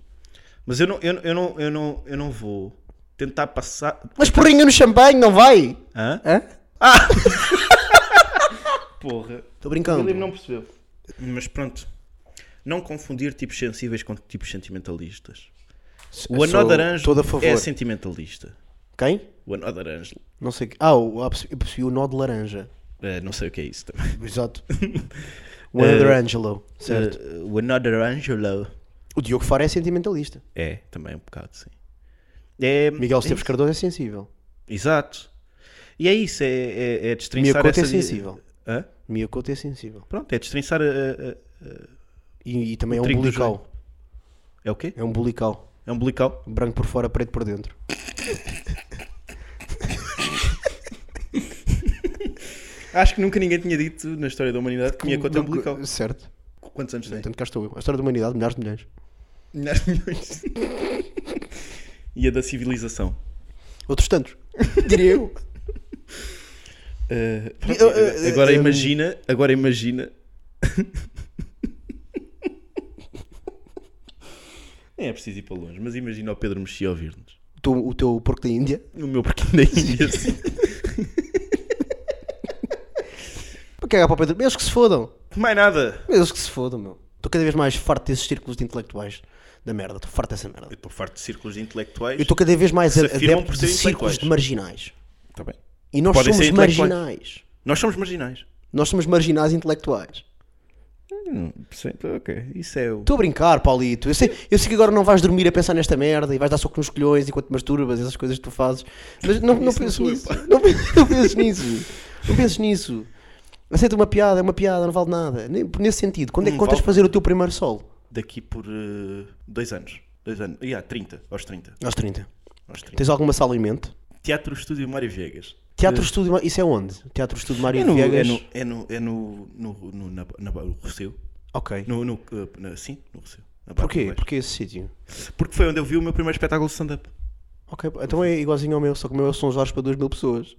[SPEAKER 4] Mas eu não, eu, não- eu, não, eu, não, eu não vou tentar passar.
[SPEAKER 5] Mas porrinha no champanhe, não vai?
[SPEAKER 4] Hã? Ah!
[SPEAKER 5] Hã? <laughs>
[SPEAKER 4] Porra.
[SPEAKER 5] Estou brincando.
[SPEAKER 4] percebeu. Mas pronto. Não confundir tipos sensíveis com tipos sentimentalistas. O
[SPEAKER 5] Eu sou
[SPEAKER 4] Anó de Aranjo
[SPEAKER 5] É todo a favor.
[SPEAKER 4] é sentimentalista.
[SPEAKER 5] Quem?
[SPEAKER 4] O Anó de Aranjo.
[SPEAKER 5] Não sei. que- Ah, o- ah, eu percebi o nó de laranja.
[SPEAKER 4] eh, não sei o que é isso também. <laughs>
[SPEAKER 5] Exato. O Another Angelo, certo.
[SPEAKER 4] Eh, o Another Angelo.
[SPEAKER 5] O Diogo Faro é sentimentalista.
[SPEAKER 4] É, também um bocado, sim. É,
[SPEAKER 5] Miguel
[SPEAKER 4] é
[SPEAKER 5] Esteves
[SPEAKER 4] isso.
[SPEAKER 5] Cardoso é sensível.
[SPEAKER 4] Exato. E é isso, é, é, é
[SPEAKER 5] Minha
[SPEAKER 4] destrinçar
[SPEAKER 5] Couto é
[SPEAKER 4] essa... di-
[SPEAKER 5] sensível.
[SPEAKER 4] Hã?
[SPEAKER 5] Mia Couto é sensível.
[SPEAKER 4] Pronto, é destrinçar a, a- a-
[SPEAKER 5] E, e também é um
[SPEAKER 4] trigo do
[SPEAKER 5] bulical.
[SPEAKER 4] É o quê?
[SPEAKER 5] É um bulical.
[SPEAKER 4] É um bulical?
[SPEAKER 5] Branco por fora, preto por dentro.
[SPEAKER 4] Acho que nunca ninguém tinha dito na história da humanidade que minha conta é um
[SPEAKER 5] Nunca-
[SPEAKER 4] bulical.
[SPEAKER 5] Certo.
[SPEAKER 4] Quantos anos tem?
[SPEAKER 5] Portanto, cá estou eu. A história da humanidade, milhares de milhões.
[SPEAKER 4] Milhares de milhões. <laughs> e a da civilização.
[SPEAKER 5] Outros tantos. Diria eu.
[SPEAKER 4] Uh, pronto,
[SPEAKER 5] Eu- eu-
[SPEAKER 4] agora
[SPEAKER 5] eu-
[SPEAKER 4] imagina, agora imagina. <laughs> Nem é preciso ir para longe, mas imagina o Pedro Mexia ouvir-nos.
[SPEAKER 5] Tu- o teu porco da Índia.
[SPEAKER 4] O meu porquinho <laughs> da Índia. assim.
[SPEAKER 5] Para cagar para o Pedro. Eles que se fodam.
[SPEAKER 4] Mais nada.
[SPEAKER 5] Eles que se fodam, meu. Estou cada vez mais farto desses círculos de intelectuais da merda. Estou farto dessa merda.
[SPEAKER 4] Eu estou farto de círculos de intelectuais.
[SPEAKER 5] Eu estou cada vez mais
[SPEAKER 4] Se
[SPEAKER 5] a-
[SPEAKER 4] afirmam
[SPEAKER 5] adepto
[SPEAKER 4] por
[SPEAKER 5] de
[SPEAKER 4] serem
[SPEAKER 5] círculos
[SPEAKER 4] intelectuais.
[SPEAKER 5] de marginais.
[SPEAKER 4] Tá bem.
[SPEAKER 5] E nós
[SPEAKER 4] Podem
[SPEAKER 5] somos
[SPEAKER 4] ser intelectuais.
[SPEAKER 5] marginais.
[SPEAKER 4] Nós somos marginais.
[SPEAKER 5] Nós somos marginais intelectuais.
[SPEAKER 4] Hum, percento, ok. Isso é o.
[SPEAKER 5] Estou a brincar, Paulito. Eu sei, eu sei que agora não vais dormir a pensar nesta merda e vais dar soco nos colhões enquanto masturbas, essas coisas que tu fazes. Mas não, não
[SPEAKER 4] Isso não
[SPEAKER 5] penses
[SPEAKER 4] sou eu,
[SPEAKER 5] nisso.
[SPEAKER 4] pá.
[SPEAKER 5] Não, pe- <laughs> não penses nisso. Não penses nisso. Aceita uma piada, é uma piada, não vale nada. Nem- Nesse sentido, quando é que
[SPEAKER 4] Não
[SPEAKER 5] contas
[SPEAKER 4] vale.
[SPEAKER 5] fazer o teu primeiro solo?
[SPEAKER 4] Daqui por eh, dois anos. Dois anos. Yeah, 30. Aos 30.
[SPEAKER 5] Aos 30.
[SPEAKER 4] Aos 30.
[SPEAKER 5] Tens alguma sala em mente?
[SPEAKER 4] Teatro Estúdio Mário Viegas.
[SPEAKER 5] Teatro Estúdio. Isso é onde? Teatro Estúdio Mário
[SPEAKER 4] É no, é
[SPEAKER 5] Viegas.
[SPEAKER 4] no, é no, é no, no, no, na, na, no Rosseu.
[SPEAKER 5] Ok.
[SPEAKER 4] No, no, eh, na- sim, no Rosseu. Na Barra do
[SPEAKER 5] Porquê?
[SPEAKER 4] Baixo.
[SPEAKER 5] Porquê esse sítio?
[SPEAKER 4] Porque foi onde eu vi o meu primeiro espetáculo de stand-up.
[SPEAKER 5] Ok, então é igualzinho ao meu, só que o meu são os horas para 2 mil pessoas.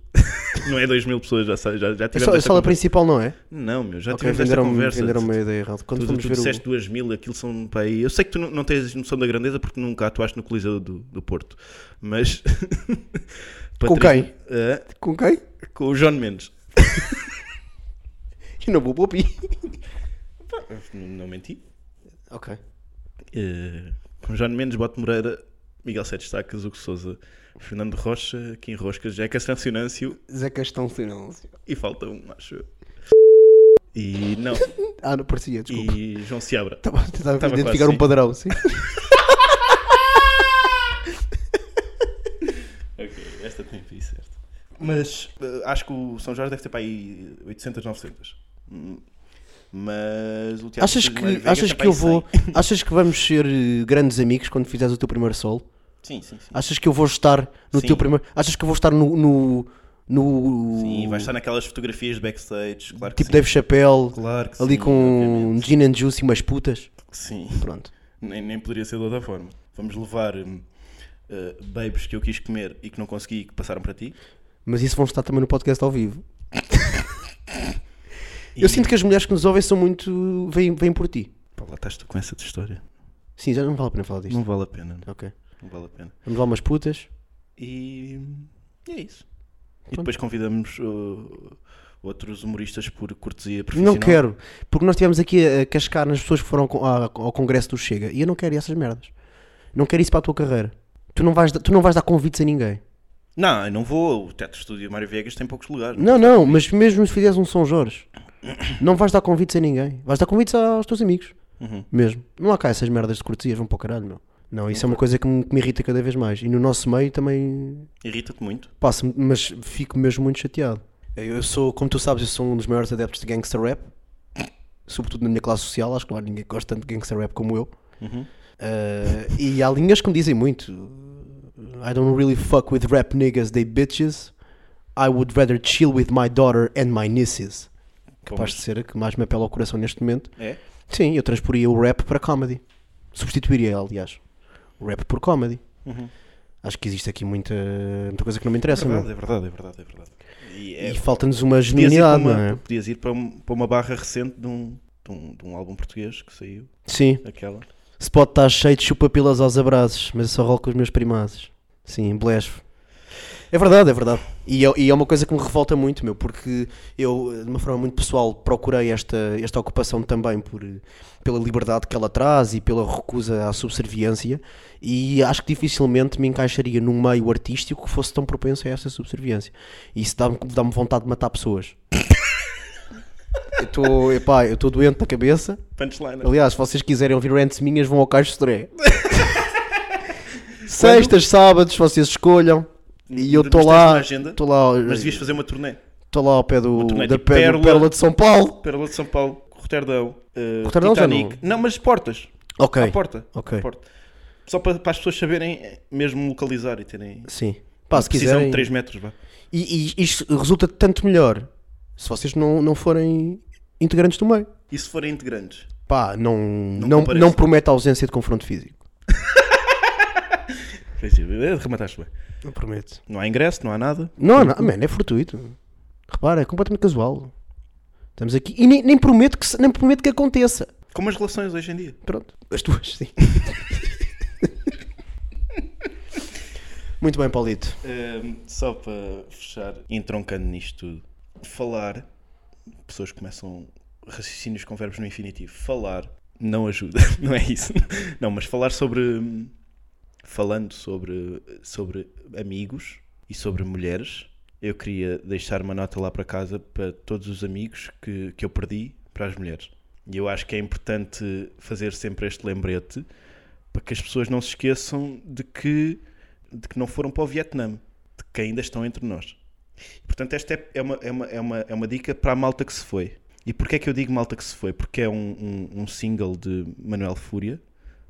[SPEAKER 4] Não é 2 mil pessoas, já, sa- já, já
[SPEAKER 5] É só,
[SPEAKER 4] tivemos
[SPEAKER 5] a
[SPEAKER 4] esta
[SPEAKER 5] sala
[SPEAKER 4] conversa.
[SPEAKER 5] principal, não é?
[SPEAKER 4] Não, meu, já
[SPEAKER 5] Ok,
[SPEAKER 4] tivemos esta
[SPEAKER 5] venderam-me
[SPEAKER 4] conversa.
[SPEAKER 5] venderam uma ideia errada. Quando
[SPEAKER 4] Tu,
[SPEAKER 5] fomos
[SPEAKER 4] tu
[SPEAKER 5] ver o...
[SPEAKER 4] disseste 2 mil, aquilo são para aí. Eu sei que tu não, não tens noção da grandeza porque nunca atuaste no Coliseu do, do Porto. Mas. <laughs>
[SPEAKER 5] Com
[SPEAKER 4] Patrícia-
[SPEAKER 5] quem?
[SPEAKER 4] Hã?
[SPEAKER 5] Com quem?
[SPEAKER 4] com o João Mendes.
[SPEAKER 5] E não vou poupir.
[SPEAKER 4] Não, não menti.
[SPEAKER 5] Ok.
[SPEAKER 4] Eh, com João Mendes, Bote Moreira, Miguel Sete Estacas, Hugo Souza, Fernando Rocha, Kim Roscas, Jeca Sancionâncio
[SPEAKER 5] Zé Castão um Silêncio.
[SPEAKER 4] e falta um, acho eu. E não,
[SPEAKER 5] Ah, não parecia, <laughs> desculpa.
[SPEAKER 4] e João Seabra.
[SPEAKER 5] Estava a
[SPEAKER 4] Tava
[SPEAKER 5] tentar
[SPEAKER 4] quase, assim.
[SPEAKER 5] identificar
[SPEAKER 4] sim.
[SPEAKER 5] um
[SPEAKER 4] <laughs>
[SPEAKER 5] padrão, sim.
[SPEAKER 4] Ok, esta tem que ir certo. Mas eh, acho que o São Jorge deve ter para aí 800, 900. Hum, Mas o teatro
[SPEAKER 5] achas
[SPEAKER 4] de Mário
[SPEAKER 5] que,
[SPEAKER 4] Viegas
[SPEAKER 5] achas
[SPEAKER 4] tem
[SPEAKER 5] que
[SPEAKER 4] para
[SPEAKER 5] eu
[SPEAKER 4] aí
[SPEAKER 5] vou.
[SPEAKER 4] 100. <laughs>
[SPEAKER 5] Achas que vamos ser eh, grandes amigos quando fizeres o teu primeiro solo?
[SPEAKER 4] Sim, sim, sim.
[SPEAKER 5] Achas que eu vou estar no
[SPEAKER 4] Sim.
[SPEAKER 5] teu primeiro. Achas que eu vou estar no. no, no-
[SPEAKER 4] Sim, vai estar naquelas fotografias de backstage, claro que
[SPEAKER 5] Tipo
[SPEAKER 4] sim.
[SPEAKER 5] Dave Chappelle,
[SPEAKER 4] Claro que
[SPEAKER 5] ali
[SPEAKER 4] sim,
[SPEAKER 5] com
[SPEAKER 4] obviamente.
[SPEAKER 5] gin and juice e umas putas. <laughs>
[SPEAKER 4] Sim.
[SPEAKER 5] Pronto.
[SPEAKER 4] Nem, nem poderia ser de outra forma. Vamos levar hum, uh, babes que eu quis comer e que não consegui e que passaram para ti.
[SPEAKER 5] Mas isso vão estar também no podcast
[SPEAKER 4] <laughs>
[SPEAKER 5] ao vivo. Eu sinto que as mulheres que nos ouvem são muito. vêm, vêm por ti.
[SPEAKER 4] Pá, lá estás tu com essa tua história.
[SPEAKER 5] Sim, já não vale a pena falar disto.
[SPEAKER 4] Não vale a pena. Não,
[SPEAKER 5] Ok.
[SPEAKER 4] não vale a pena.
[SPEAKER 5] Vamos lá umas putas.
[SPEAKER 4] E, hum, e é isso. E depois convidamos uh, outros humoristas por cortesia profissional.
[SPEAKER 5] Não quero, porque nós estivemos aqui a cascar nas pessoas que foram co- à- ao congresso do Chega e eu não quero essas merdas. Não quero isso para a tua carreira. Tu não vais, da- tu não vais dar convites a ninguém.
[SPEAKER 4] Não, eu não vou. O Teatro Estúdio Mário Viegas tem poucos lugares. é?
[SPEAKER 5] Não, não, mas mesmo se fizeres um São Jorge, não vais dar convites a ninguém. Vais dar convites aos teus amigos.
[SPEAKER 4] Uhum.
[SPEAKER 5] Mesmo. Não há cá essas merdas de cortesias, vão para o caralho, meu. Não, isso é uma coisa que me, que me irrita cada vez mais. E no nosso meio também
[SPEAKER 4] Irrita-te muito.
[SPEAKER 5] passo, mas fico mesmo muito chateado. Eu sou, como tu sabes, eu sou um dos maiores adeptos de gangster rap, sobretudo na minha classe social. Acho que não há ninguém que gosta tanto de gangster rap como eu.
[SPEAKER 4] Uhum.
[SPEAKER 5] Ah, e há linhas que me dizem muito. I don't really fuck with rap niggas, they bitches. I would rather chill with my daughter and my nieces. Capaz de ser a que mais me apela ao coração neste momento.
[SPEAKER 4] É?
[SPEAKER 5] Sim, eu transporia o rap para comedy. Substituiria, aliás, o rap por comedy.
[SPEAKER 4] Uhum.
[SPEAKER 5] Acho que existe aqui muita, muita coisa que não me interessa, meu.
[SPEAKER 4] Verdade, é verdade, é verdade, é verdade. E é-
[SPEAKER 5] E falta-nos uma
[SPEAKER 4] Podias ir, para
[SPEAKER 5] genuinidade, não
[SPEAKER 4] uma,
[SPEAKER 5] é?
[SPEAKER 4] podias ir para, um- para uma barra recente de um, de, um, de um álbum português que saiu,
[SPEAKER 5] Sim.
[SPEAKER 4] aquela.
[SPEAKER 5] Spot está cheio de chupapilas aos abraços, mas eu só rolo com os meus primazes. Sim, blefe. É verdade, é verdade. E é, e é uma coisa que me revolta muito, meu, porque eu, de uma forma muito pessoal, procurei esta, esta ocupação também por, pela liberdade que ela traz e pela recusa à subserviência, e acho que dificilmente me encaixaria num meio artístico que fosse tão propenso a essa subserviência. E isso dá-me dá vontade de matar pessoas. Eu Estou, epá, eu estou doente da cabeça.
[SPEAKER 4] Punchline.
[SPEAKER 5] Aliás, se vocês quiserem ouvir rants minhas, vão ao Caixo
[SPEAKER 4] <laughs>
[SPEAKER 5] Soré. Sextas, sábados, vocês escolham. E eu
[SPEAKER 4] Mas
[SPEAKER 5] estou
[SPEAKER 4] tens uma
[SPEAKER 5] lá,
[SPEAKER 4] agenda?
[SPEAKER 5] estou lá,
[SPEAKER 4] Mas devias fazer uma turnê.
[SPEAKER 5] estou lá ao pé do,
[SPEAKER 4] turnê
[SPEAKER 5] da
[SPEAKER 4] de
[SPEAKER 5] pé- do
[SPEAKER 4] Pérola. Ah,
[SPEAKER 5] Pérola de São Paulo.
[SPEAKER 4] Pérola de São Paulo, Roterdão, eh,
[SPEAKER 5] Roterdão já
[SPEAKER 4] Titanic. Não... mas portas.
[SPEAKER 5] Ok.
[SPEAKER 4] À porta.
[SPEAKER 5] Ok.
[SPEAKER 4] À porta. Só para, para as pessoas saberem eh, mesmo localizar e terem.
[SPEAKER 5] Sim. Pá, se
[SPEAKER 4] precisam
[SPEAKER 5] quiserem.
[SPEAKER 4] de 3 metros, vá.
[SPEAKER 5] E, e isto resulta tanto melhor se vocês não, não forem integrantes do meio.
[SPEAKER 4] E se forem integrantes?
[SPEAKER 5] Pá, não, não, não,
[SPEAKER 4] compareçam.
[SPEAKER 5] promete a ausência de confronto físico.
[SPEAKER 4] Pois é, eh, Remataste bem.
[SPEAKER 5] Não promete.
[SPEAKER 4] Não há ingresso, não há nada.
[SPEAKER 5] Não, não, mano, é fortuito. Repara, é completamente casual. Estamos aqui e nem, nem prometo que, se- nem prometo que aconteça.
[SPEAKER 4] Como as relações hoje em dia.
[SPEAKER 5] Pronto, as tuas, sim. Muito bem, Paulito.
[SPEAKER 4] Ehm, só para fechar, entroncando nisto tudo, falar, pessoas começam raciocínios com verbos no infinitivo. Falar não ajuda, <laughs> não é isso? Não, mas falar sobre. hum, Falando sobre, sobre amigos e sobre mulheres, eu queria deixar uma nota lá para casa para todos os amigos que, que eu perdi para as mulheres. E eu acho que é importante fazer sempre este lembrete para que as pessoas não se esqueçam de que, de que não foram para o Vietnã, de que ainda estão entre nós. Portanto, esta é, é, uma, é, uma, é, uma, é uma dica para a malta que se foi. E porquê é que eu digo malta que se foi? Porque é um, um, um single de Manuel Fúria,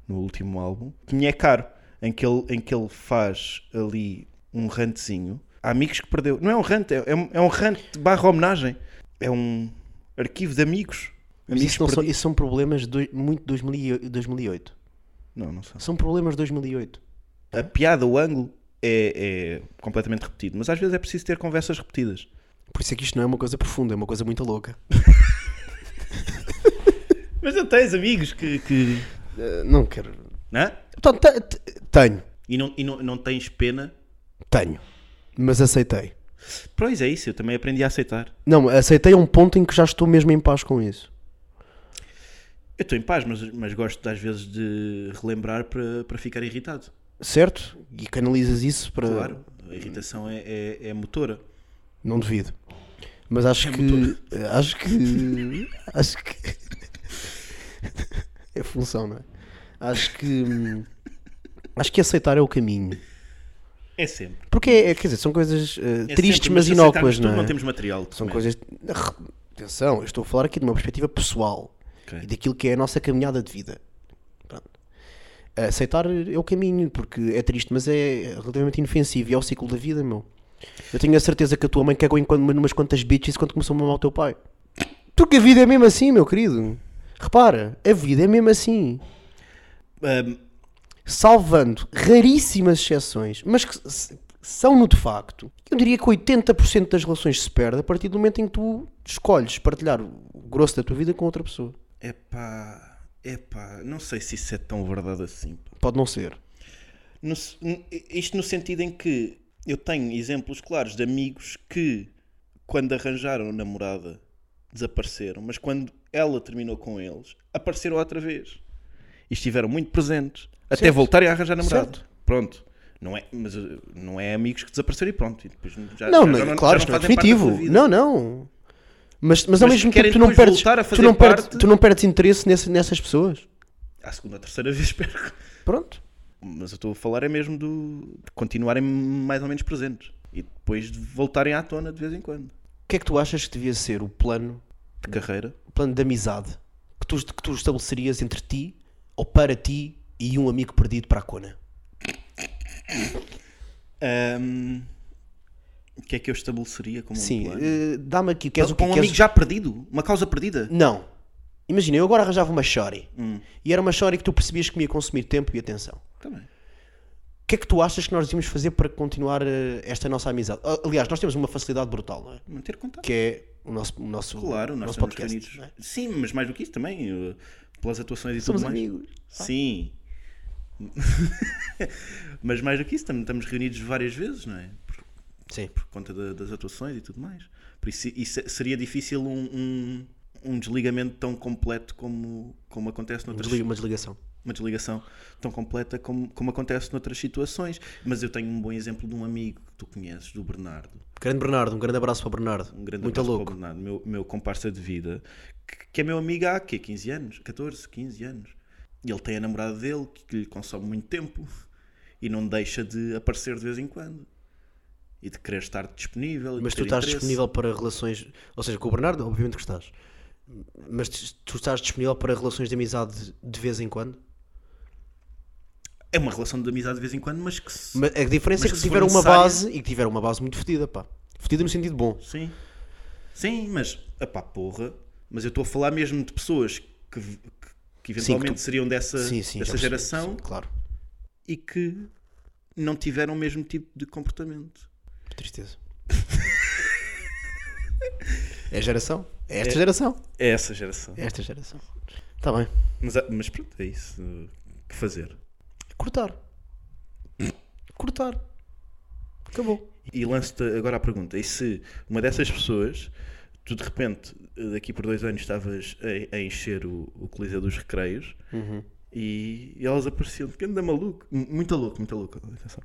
[SPEAKER 4] no último álbum, que me é caro, em que ele, em que ele faz ali um rantzinho. Há amigos que perdeu. Não é um rant, é, é um- é um rant barra homenagem. É um arquivo de amigos. Amigos
[SPEAKER 6] Isso, não são,
[SPEAKER 4] perdidos.
[SPEAKER 6] isso são problemas de dois- muito 2008.
[SPEAKER 4] Não, não são.
[SPEAKER 6] São problemas de 2008.
[SPEAKER 4] a piada, o ângulo é, é completamente repetido, mas às vezes é preciso ter conversas repetidas.
[SPEAKER 5] Por isso é que isto não é uma coisa profunda, é uma coisa muito louca.
[SPEAKER 4] Mas não tens amigos que. que...
[SPEAKER 5] Eh, não quero.
[SPEAKER 4] Não? é?
[SPEAKER 5] Portanto, Então, te- te- tenho,
[SPEAKER 4] E, não, e não, não tens pena.
[SPEAKER 5] tenho. Mas aceitei.
[SPEAKER 4] Pois é, isso, eu também aprendi a aceitar.
[SPEAKER 5] Não, aceitei a um ponto em que já estou mesmo em paz com isso.
[SPEAKER 4] Eu estou em paz, mas, mas gosto às vezes de relembrar para para ficar irritado.
[SPEAKER 5] Certo? E canalizas isso para.
[SPEAKER 4] Claro, a irritação é, é, é motora.
[SPEAKER 5] Não duvido. Mas acho que. Acho que. <laughs> Acho que. é função, não é? Acho que. hum, Acho que aceitar é o caminho.
[SPEAKER 4] É sempre.
[SPEAKER 5] Porque, é, quer dizer, são coisas eh,
[SPEAKER 4] É
[SPEAKER 5] tristes,
[SPEAKER 4] sempre,
[SPEAKER 5] mas
[SPEAKER 4] se aceitarmos
[SPEAKER 5] inócuas,
[SPEAKER 4] tudo,
[SPEAKER 5] não é?
[SPEAKER 4] Não temos material.
[SPEAKER 5] São
[SPEAKER 4] também.
[SPEAKER 5] coisas. Atenção, eu estou a falar aqui de uma perspectiva pessoal
[SPEAKER 4] Ok.
[SPEAKER 5] e daquilo que é a nossa caminhada de vida. Pronto. Aceitar é o caminho, porque é triste, mas é relativamente inofensivo e é o ciclo da vida, meu. Eu tenho a certeza que a tua mãe cagou em quando- numas quantas bitches quando começou a mamar o teu pai. Porque a vida é mesmo assim, meu querido. Repara, a vida é mesmo assim.
[SPEAKER 4] Ahm,
[SPEAKER 5] Salvando raríssimas exceções, mas que s- são no de facto. Eu diria que 80% das relações se perde a partir do momento em que tu escolhes partilhar o grosso da tua vida com outra pessoa.
[SPEAKER 4] epá, epá, não sei se isso é tão verdade assim. pá.
[SPEAKER 5] Pode não ser.
[SPEAKER 4] No se- n- isto no sentido em que eu tenho exemplos claros de amigos que, quando arranjaram namorada, desapareceram, mas quando ela terminou com eles, apareceram outra vez. E estiveram muito presentes. Até
[SPEAKER 5] Certo.
[SPEAKER 4] voltarem a arranjar namorado.
[SPEAKER 5] Certo.
[SPEAKER 4] Pronto. Não é, mas uh, não é amigos que desapareceram e pronto. E depois já,
[SPEAKER 5] não,
[SPEAKER 4] já-
[SPEAKER 5] não,
[SPEAKER 4] já já
[SPEAKER 5] claro, isto não é
[SPEAKER 4] fazem parte da
[SPEAKER 5] definitivo.
[SPEAKER 4] tua vida.
[SPEAKER 5] Não, não. Mas, mas ao
[SPEAKER 4] Mas
[SPEAKER 5] mesmo tempo
[SPEAKER 4] querem
[SPEAKER 5] tu não,
[SPEAKER 4] depois
[SPEAKER 5] perdes,
[SPEAKER 4] voltar a
[SPEAKER 5] tu,
[SPEAKER 4] fazer
[SPEAKER 5] não perdes,
[SPEAKER 4] parte?
[SPEAKER 5] tu não perdes interesse nesse- nessas pessoas.
[SPEAKER 4] À segunda ou terceira vez, <laughs> perco.
[SPEAKER 5] Pronto.
[SPEAKER 4] Mas eu estou a falar é mesmo do, de continuarem mais ou menos presentes. E depois de voltarem à tona de vez em quando.
[SPEAKER 5] O que é que tu achas que devia ser o plano,
[SPEAKER 4] De carreira.
[SPEAKER 5] o plano de amizade que tu, que tu estabelecerias entre ti ou para ti e um amigo perdido para a Cona?
[SPEAKER 4] Ahm, O que é que eu estabeleceria como um
[SPEAKER 5] Sim,
[SPEAKER 4] plano?
[SPEAKER 5] eh, dá-me aqui. Queres
[SPEAKER 4] Para
[SPEAKER 5] o que
[SPEAKER 4] um
[SPEAKER 5] queres-
[SPEAKER 4] amigo já perdido? Uma causa perdida?
[SPEAKER 5] Não. Imagina, eu agora arranjava uma shori.
[SPEAKER 4] Hum.
[SPEAKER 5] E era uma shori que tu percebias que me ia consumir tempo e atenção.
[SPEAKER 4] Tá bem.
[SPEAKER 5] O que é que tu achas que nós devíamos fazer para continuar eh, esta nossa amizade? Ah, Aliás, nós temos uma facilidade brutal, não é?
[SPEAKER 4] Manter contato.
[SPEAKER 5] que é o nosso, o nosso,
[SPEAKER 4] Claro,
[SPEAKER 5] o
[SPEAKER 4] nós
[SPEAKER 5] nosso
[SPEAKER 4] estamos
[SPEAKER 5] podcast. não
[SPEAKER 4] reunidos.
[SPEAKER 5] é?
[SPEAKER 4] Sim, mas mais do que isso também. eu- pelas atuações e
[SPEAKER 5] Somos
[SPEAKER 4] tudo mais.
[SPEAKER 5] amigos.
[SPEAKER 4] Sim. <laughs> mas mais do que isso, tam- estamos reunidos várias vezes, não é? Por,
[SPEAKER 5] Sim.
[SPEAKER 4] por conta da- das atuações e tudo mais. Por isso, isso é- seria difícil um, um, um desligamento tão completo como, como acontece noutras
[SPEAKER 5] Desliga uma desligação.
[SPEAKER 4] uma desligação tão completa como, como acontece noutras situações. Mas eu tenho um bom exemplo de um amigo que tu conheces, do Bernardo.
[SPEAKER 5] Grande Bernardo, um grande abraço para o Bernardo.
[SPEAKER 4] Um grande
[SPEAKER 5] Muito
[SPEAKER 4] abraço
[SPEAKER 5] louco.
[SPEAKER 4] para o Bernardo, meu, meu comparsa de vida, que, que é meu amigo há quê? 15 anos? 14, 15 anos. E ele tem a namorada dele que, que lhe consome muito tempo e não deixa de aparecer de vez em quando. E de querer estar disponível. e de
[SPEAKER 5] Mas
[SPEAKER 4] ter
[SPEAKER 5] tu estás
[SPEAKER 4] interesse.
[SPEAKER 5] disponível para relações. Ou seja, com o Bernardo, obviamente que estás. Mas tu- tu estás disponível para relações de amizade de vez em quando?
[SPEAKER 4] É uma relação de amizade de vez em quando, mas que se...
[SPEAKER 5] Mas a diferença
[SPEAKER 4] Mas
[SPEAKER 5] é que,
[SPEAKER 4] que se
[SPEAKER 5] tiver
[SPEAKER 4] for
[SPEAKER 5] uma
[SPEAKER 4] necessária-
[SPEAKER 5] base e que tiver uma base muito fedida, pá. Fedida no sentido bom.
[SPEAKER 4] Sim. Sim, mas. Epá, porra. Mas eu estou a falar mesmo de pessoas que, que, que
[SPEAKER 5] Sim,
[SPEAKER 4] eventualmente
[SPEAKER 5] que tu-
[SPEAKER 4] seriam dessa,
[SPEAKER 5] sim, sim. já
[SPEAKER 4] dessa
[SPEAKER 5] percebi.
[SPEAKER 4] geração
[SPEAKER 5] Sim, claro.
[SPEAKER 4] e que não tiveram o mesmo tipo de comportamento.
[SPEAKER 5] Tristeza. <laughs> é a geração. É esta geração.
[SPEAKER 4] É essa geração.
[SPEAKER 5] É esta geração. Está bem.
[SPEAKER 4] Mas, há- mas pronto, é isso. O que fazer?
[SPEAKER 5] Cortar. Cortar. Acabou.
[SPEAKER 4] E lanço-te agora a pergunta: e se uma dessas pessoas, tu de repente, daqui por dois anos, estavas a, a encher o, o Coliseu dos Recreios e, e elas apareciam de anda maluco, M- muito louco, muito louco, atenção.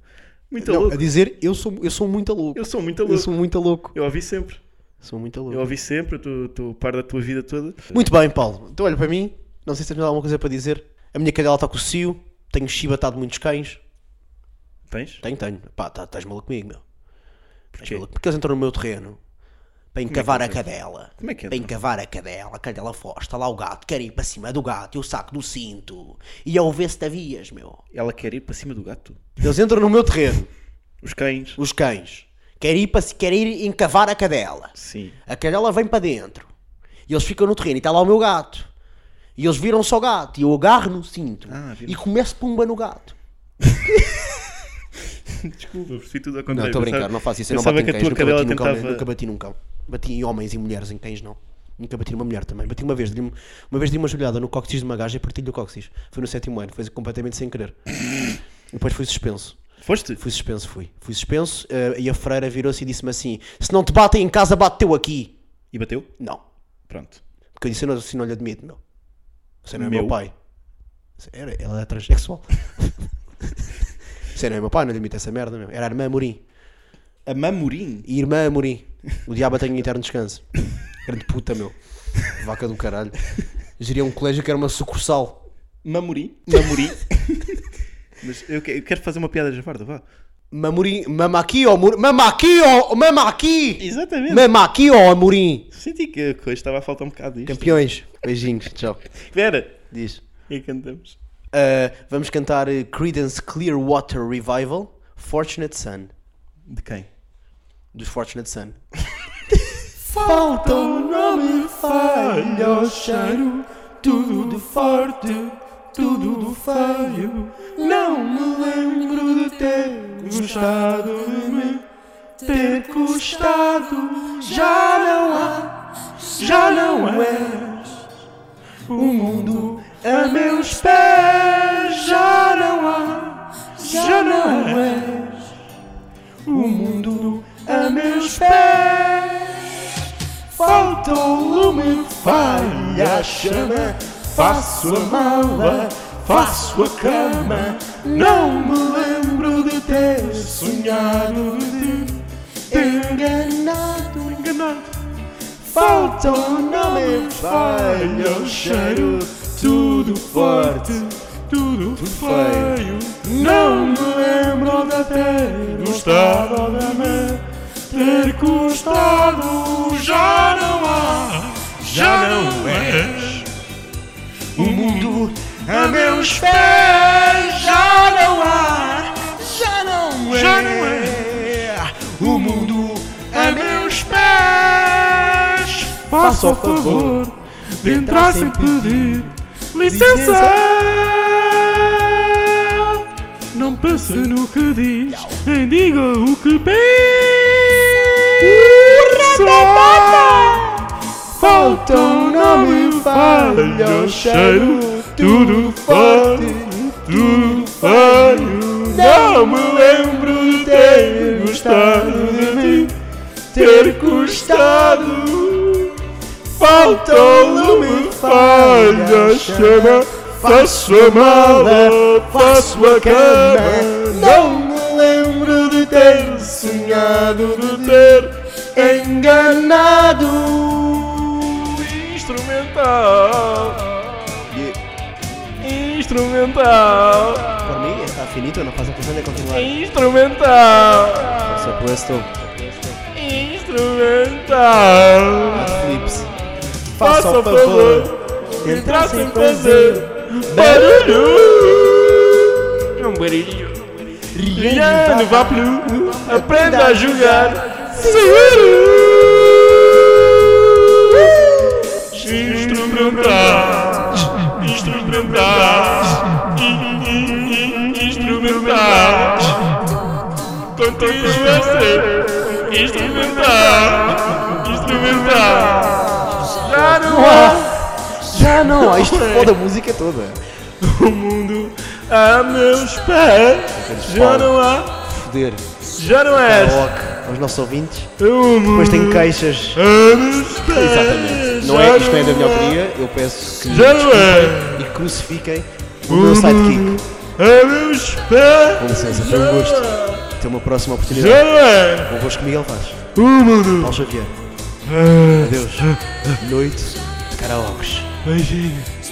[SPEAKER 4] Muito
[SPEAKER 5] Não,
[SPEAKER 4] louco,
[SPEAKER 5] a dizer, eu sou, eu sou muito louco.
[SPEAKER 4] eu sou muito
[SPEAKER 5] Eu
[SPEAKER 4] louco.
[SPEAKER 5] sou muito louco.
[SPEAKER 4] Eu ouvi sempre,
[SPEAKER 5] Sou muito
[SPEAKER 4] eu
[SPEAKER 5] louco.
[SPEAKER 4] ouvi sempre, tu, tu par da tua vida toda.
[SPEAKER 5] Muito bem, Paulo. Então olha para mim. Não sei se tens alguma coisa para dizer. A minha cadela está com o cio. Tenho chibatado muitos cães.
[SPEAKER 4] Tens?
[SPEAKER 5] Tenho, tenho. Pá, tá- estás maluco comigo, meu. Estás
[SPEAKER 4] Porquê?
[SPEAKER 5] maluco. Porque eles entram no meu terreno para encavar a cadela.
[SPEAKER 4] Como é que
[SPEAKER 5] Para
[SPEAKER 4] entram?
[SPEAKER 5] encavar a cadela. A cadela fosta lá o gato. Querem ir para cima do gato. Eu saco do cinto. E eu ver se te avias, meu.
[SPEAKER 4] Ela quer ir para cima do gato.
[SPEAKER 5] Eles entram no meu terreno.
[SPEAKER 4] Os cães?
[SPEAKER 5] Os cães. Querem ir, para, ci- querem ir encavar a cadela.
[SPEAKER 4] Sim.
[SPEAKER 5] A cadela vem para dentro. E eles ficam no terreno. E está lá o meu gato. E eles viram só o gato. E eu agarro no cinto.
[SPEAKER 4] Ah, viram.
[SPEAKER 5] e começo pumba no gato.
[SPEAKER 4] Desculpa, percebi tudo ao
[SPEAKER 5] Não,
[SPEAKER 4] contrário.
[SPEAKER 5] estou a brincar,
[SPEAKER 4] Pensava-
[SPEAKER 5] não faço isso. Eu não
[SPEAKER 4] pensava
[SPEAKER 5] bato
[SPEAKER 4] que
[SPEAKER 5] em
[SPEAKER 4] a
[SPEAKER 5] cães,
[SPEAKER 4] tua
[SPEAKER 5] nunca
[SPEAKER 4] cadela
[SPEAKER 5] bati num cão.
[SPEAKER 4] tentava-
[SPEAKER 5] Nunca bati num cão. Bati em homens e mulheres, em cães não. Nunca bati numa mulher também. Bati uma vez, dei uma, uma vez dei uma joelhada no cóccix de uma gaja e partilho o cóccix. Foi no sétimo ano, foi completamente sem querer. <coughs> Depois fui suspenso.
[SPEAKER 4] Foste?
[SPEAKER 5] Fui suspenso, fui. Fui suspenso eh, e a freira virou-se e disse-me assim: se não te batem em casa, bate-teu aqui.
[SPEAKER 4] E bateu?
[SPEAKER 5] Não.
[SPEAKER 4] Pronto.
[SPEAKER 5] Porque eu disse, eu não, assim não lhe admito, meu. Você não é
[SPEAKER 4] Meu?
[SPEAKER 5] meu, pai. Você Era, ela é transexual. <laughs> Você não é meu pai, não lhe admito essa merda, meu. Era a irmã Amorim.
[SPEAKER 4] A Mamorim?
[SPEAKER 5] E Irmã Amorim. O diabo tem um interno descanso. Grande puta, meu. Vaca do caralho. Geria um colégio que era uma sucursal. <laughs>
[SPEAKER 4] Mamorim? Mamorim? Mas eu, que- eu quero fazer uma piada javarda, vá.
[SPEAKER 5] Mamorim. Mama aqui, ó Amorim. Mama aqui, ó. Mama aqui.
[SPEAKER 4] Exatamente.
[SPEAKER 5] Mama aqui, ó Amorim.
[SPEAKER 4] Senti que a coisa estava a faltar um bocado disto.
[SPEAKER 5] Campeões. Beijinhos. Tchau.
[SPEAKER 4] Vera!
[SPEAKER 5] Diz.
[SPEAKER 4] E cantamos.
[SPEAKER 5] Ah, vamos cantar eh, Creedence Clearwater Revival. Fortunate Son.
[SPEAKER 4] De quem?
[SPEAKER 5] Dos Fortunate Son. é. é.
[SPEAKER 7] Faça o favor de entrar sem pedir licença. Não pense no que diz, nem diga o que pensa. Falta o um nome, falha o cheiro, tudo forte, tudo falho. Não me lembro de ter gostado de ti, ter custado. Faltou lume, falha a chama é,
[SPEAKER 8] Faço a mala, faço a cama.
[SPEAKER 7] Não me lembro de ter sonhado de ter enganado.
[SPEAKER 8] Instrumental. Instrumental.
[SPEAKER 5] Por mí está tá finito, no pasa cuestión de continuar.
[SPEAKER 8] Instrumental.
[SPEAKER 5] Por supuesto.
[SPEAKER 8] Instrumental.
[SPEAKER 5] Flips.
[SPEAKER 8] Faça
[SPEAKER 5] um
[SPEAKER 8] o favor um de
[SPEAKER 5] tá
[SPEAKER 8] entrar sem fazer barulho. É um barulho. Riano vá plu, aprenda a jogar seguro. Instrumental, instrumental, in- in- in- instrumental. Continua a ser instrumental, instrumental. Já não há
[SPEAKER 5] Já não, há, isto foda a música toda.
[SPEAKER 8] o mundo a meus pés. Já não há,
[SPEAKER 5] Foder.
[SPEAKER 8] já não é
[SPEAKER 5] Rock aos nossos ouvintes.
[SPEAKER 8] o
[SPEAKER 5] Depois
[SPEAKER 8] mundo
[SPEAKER 5] tem queixas.
[SPEAKER 8] a meus pés.
[SPEAKER 5] Exatamente. Não é, isto não é da minha autoria. Eu peço que
[SPEAKER 8] Já não é
[SPEAKER 5] e crucifiquem o meu sidekick.
[SPEAKER 8] a meus
[SPEAKER 5] Com
[SPEAKER 8] pés.
[SPEAKER 5] licença, foi um gosto. Até uma próxima oportunidade.
[SPEAKER 8] Já não é
[SPEAKER 5] Convosco Miguel Vaz.
[SPEAKER 8] o mundo.
[SPEAKER 5] Paulo Xavier. Adeus. Noite de karaokes.
[SPEAKER 8] Beijinhos.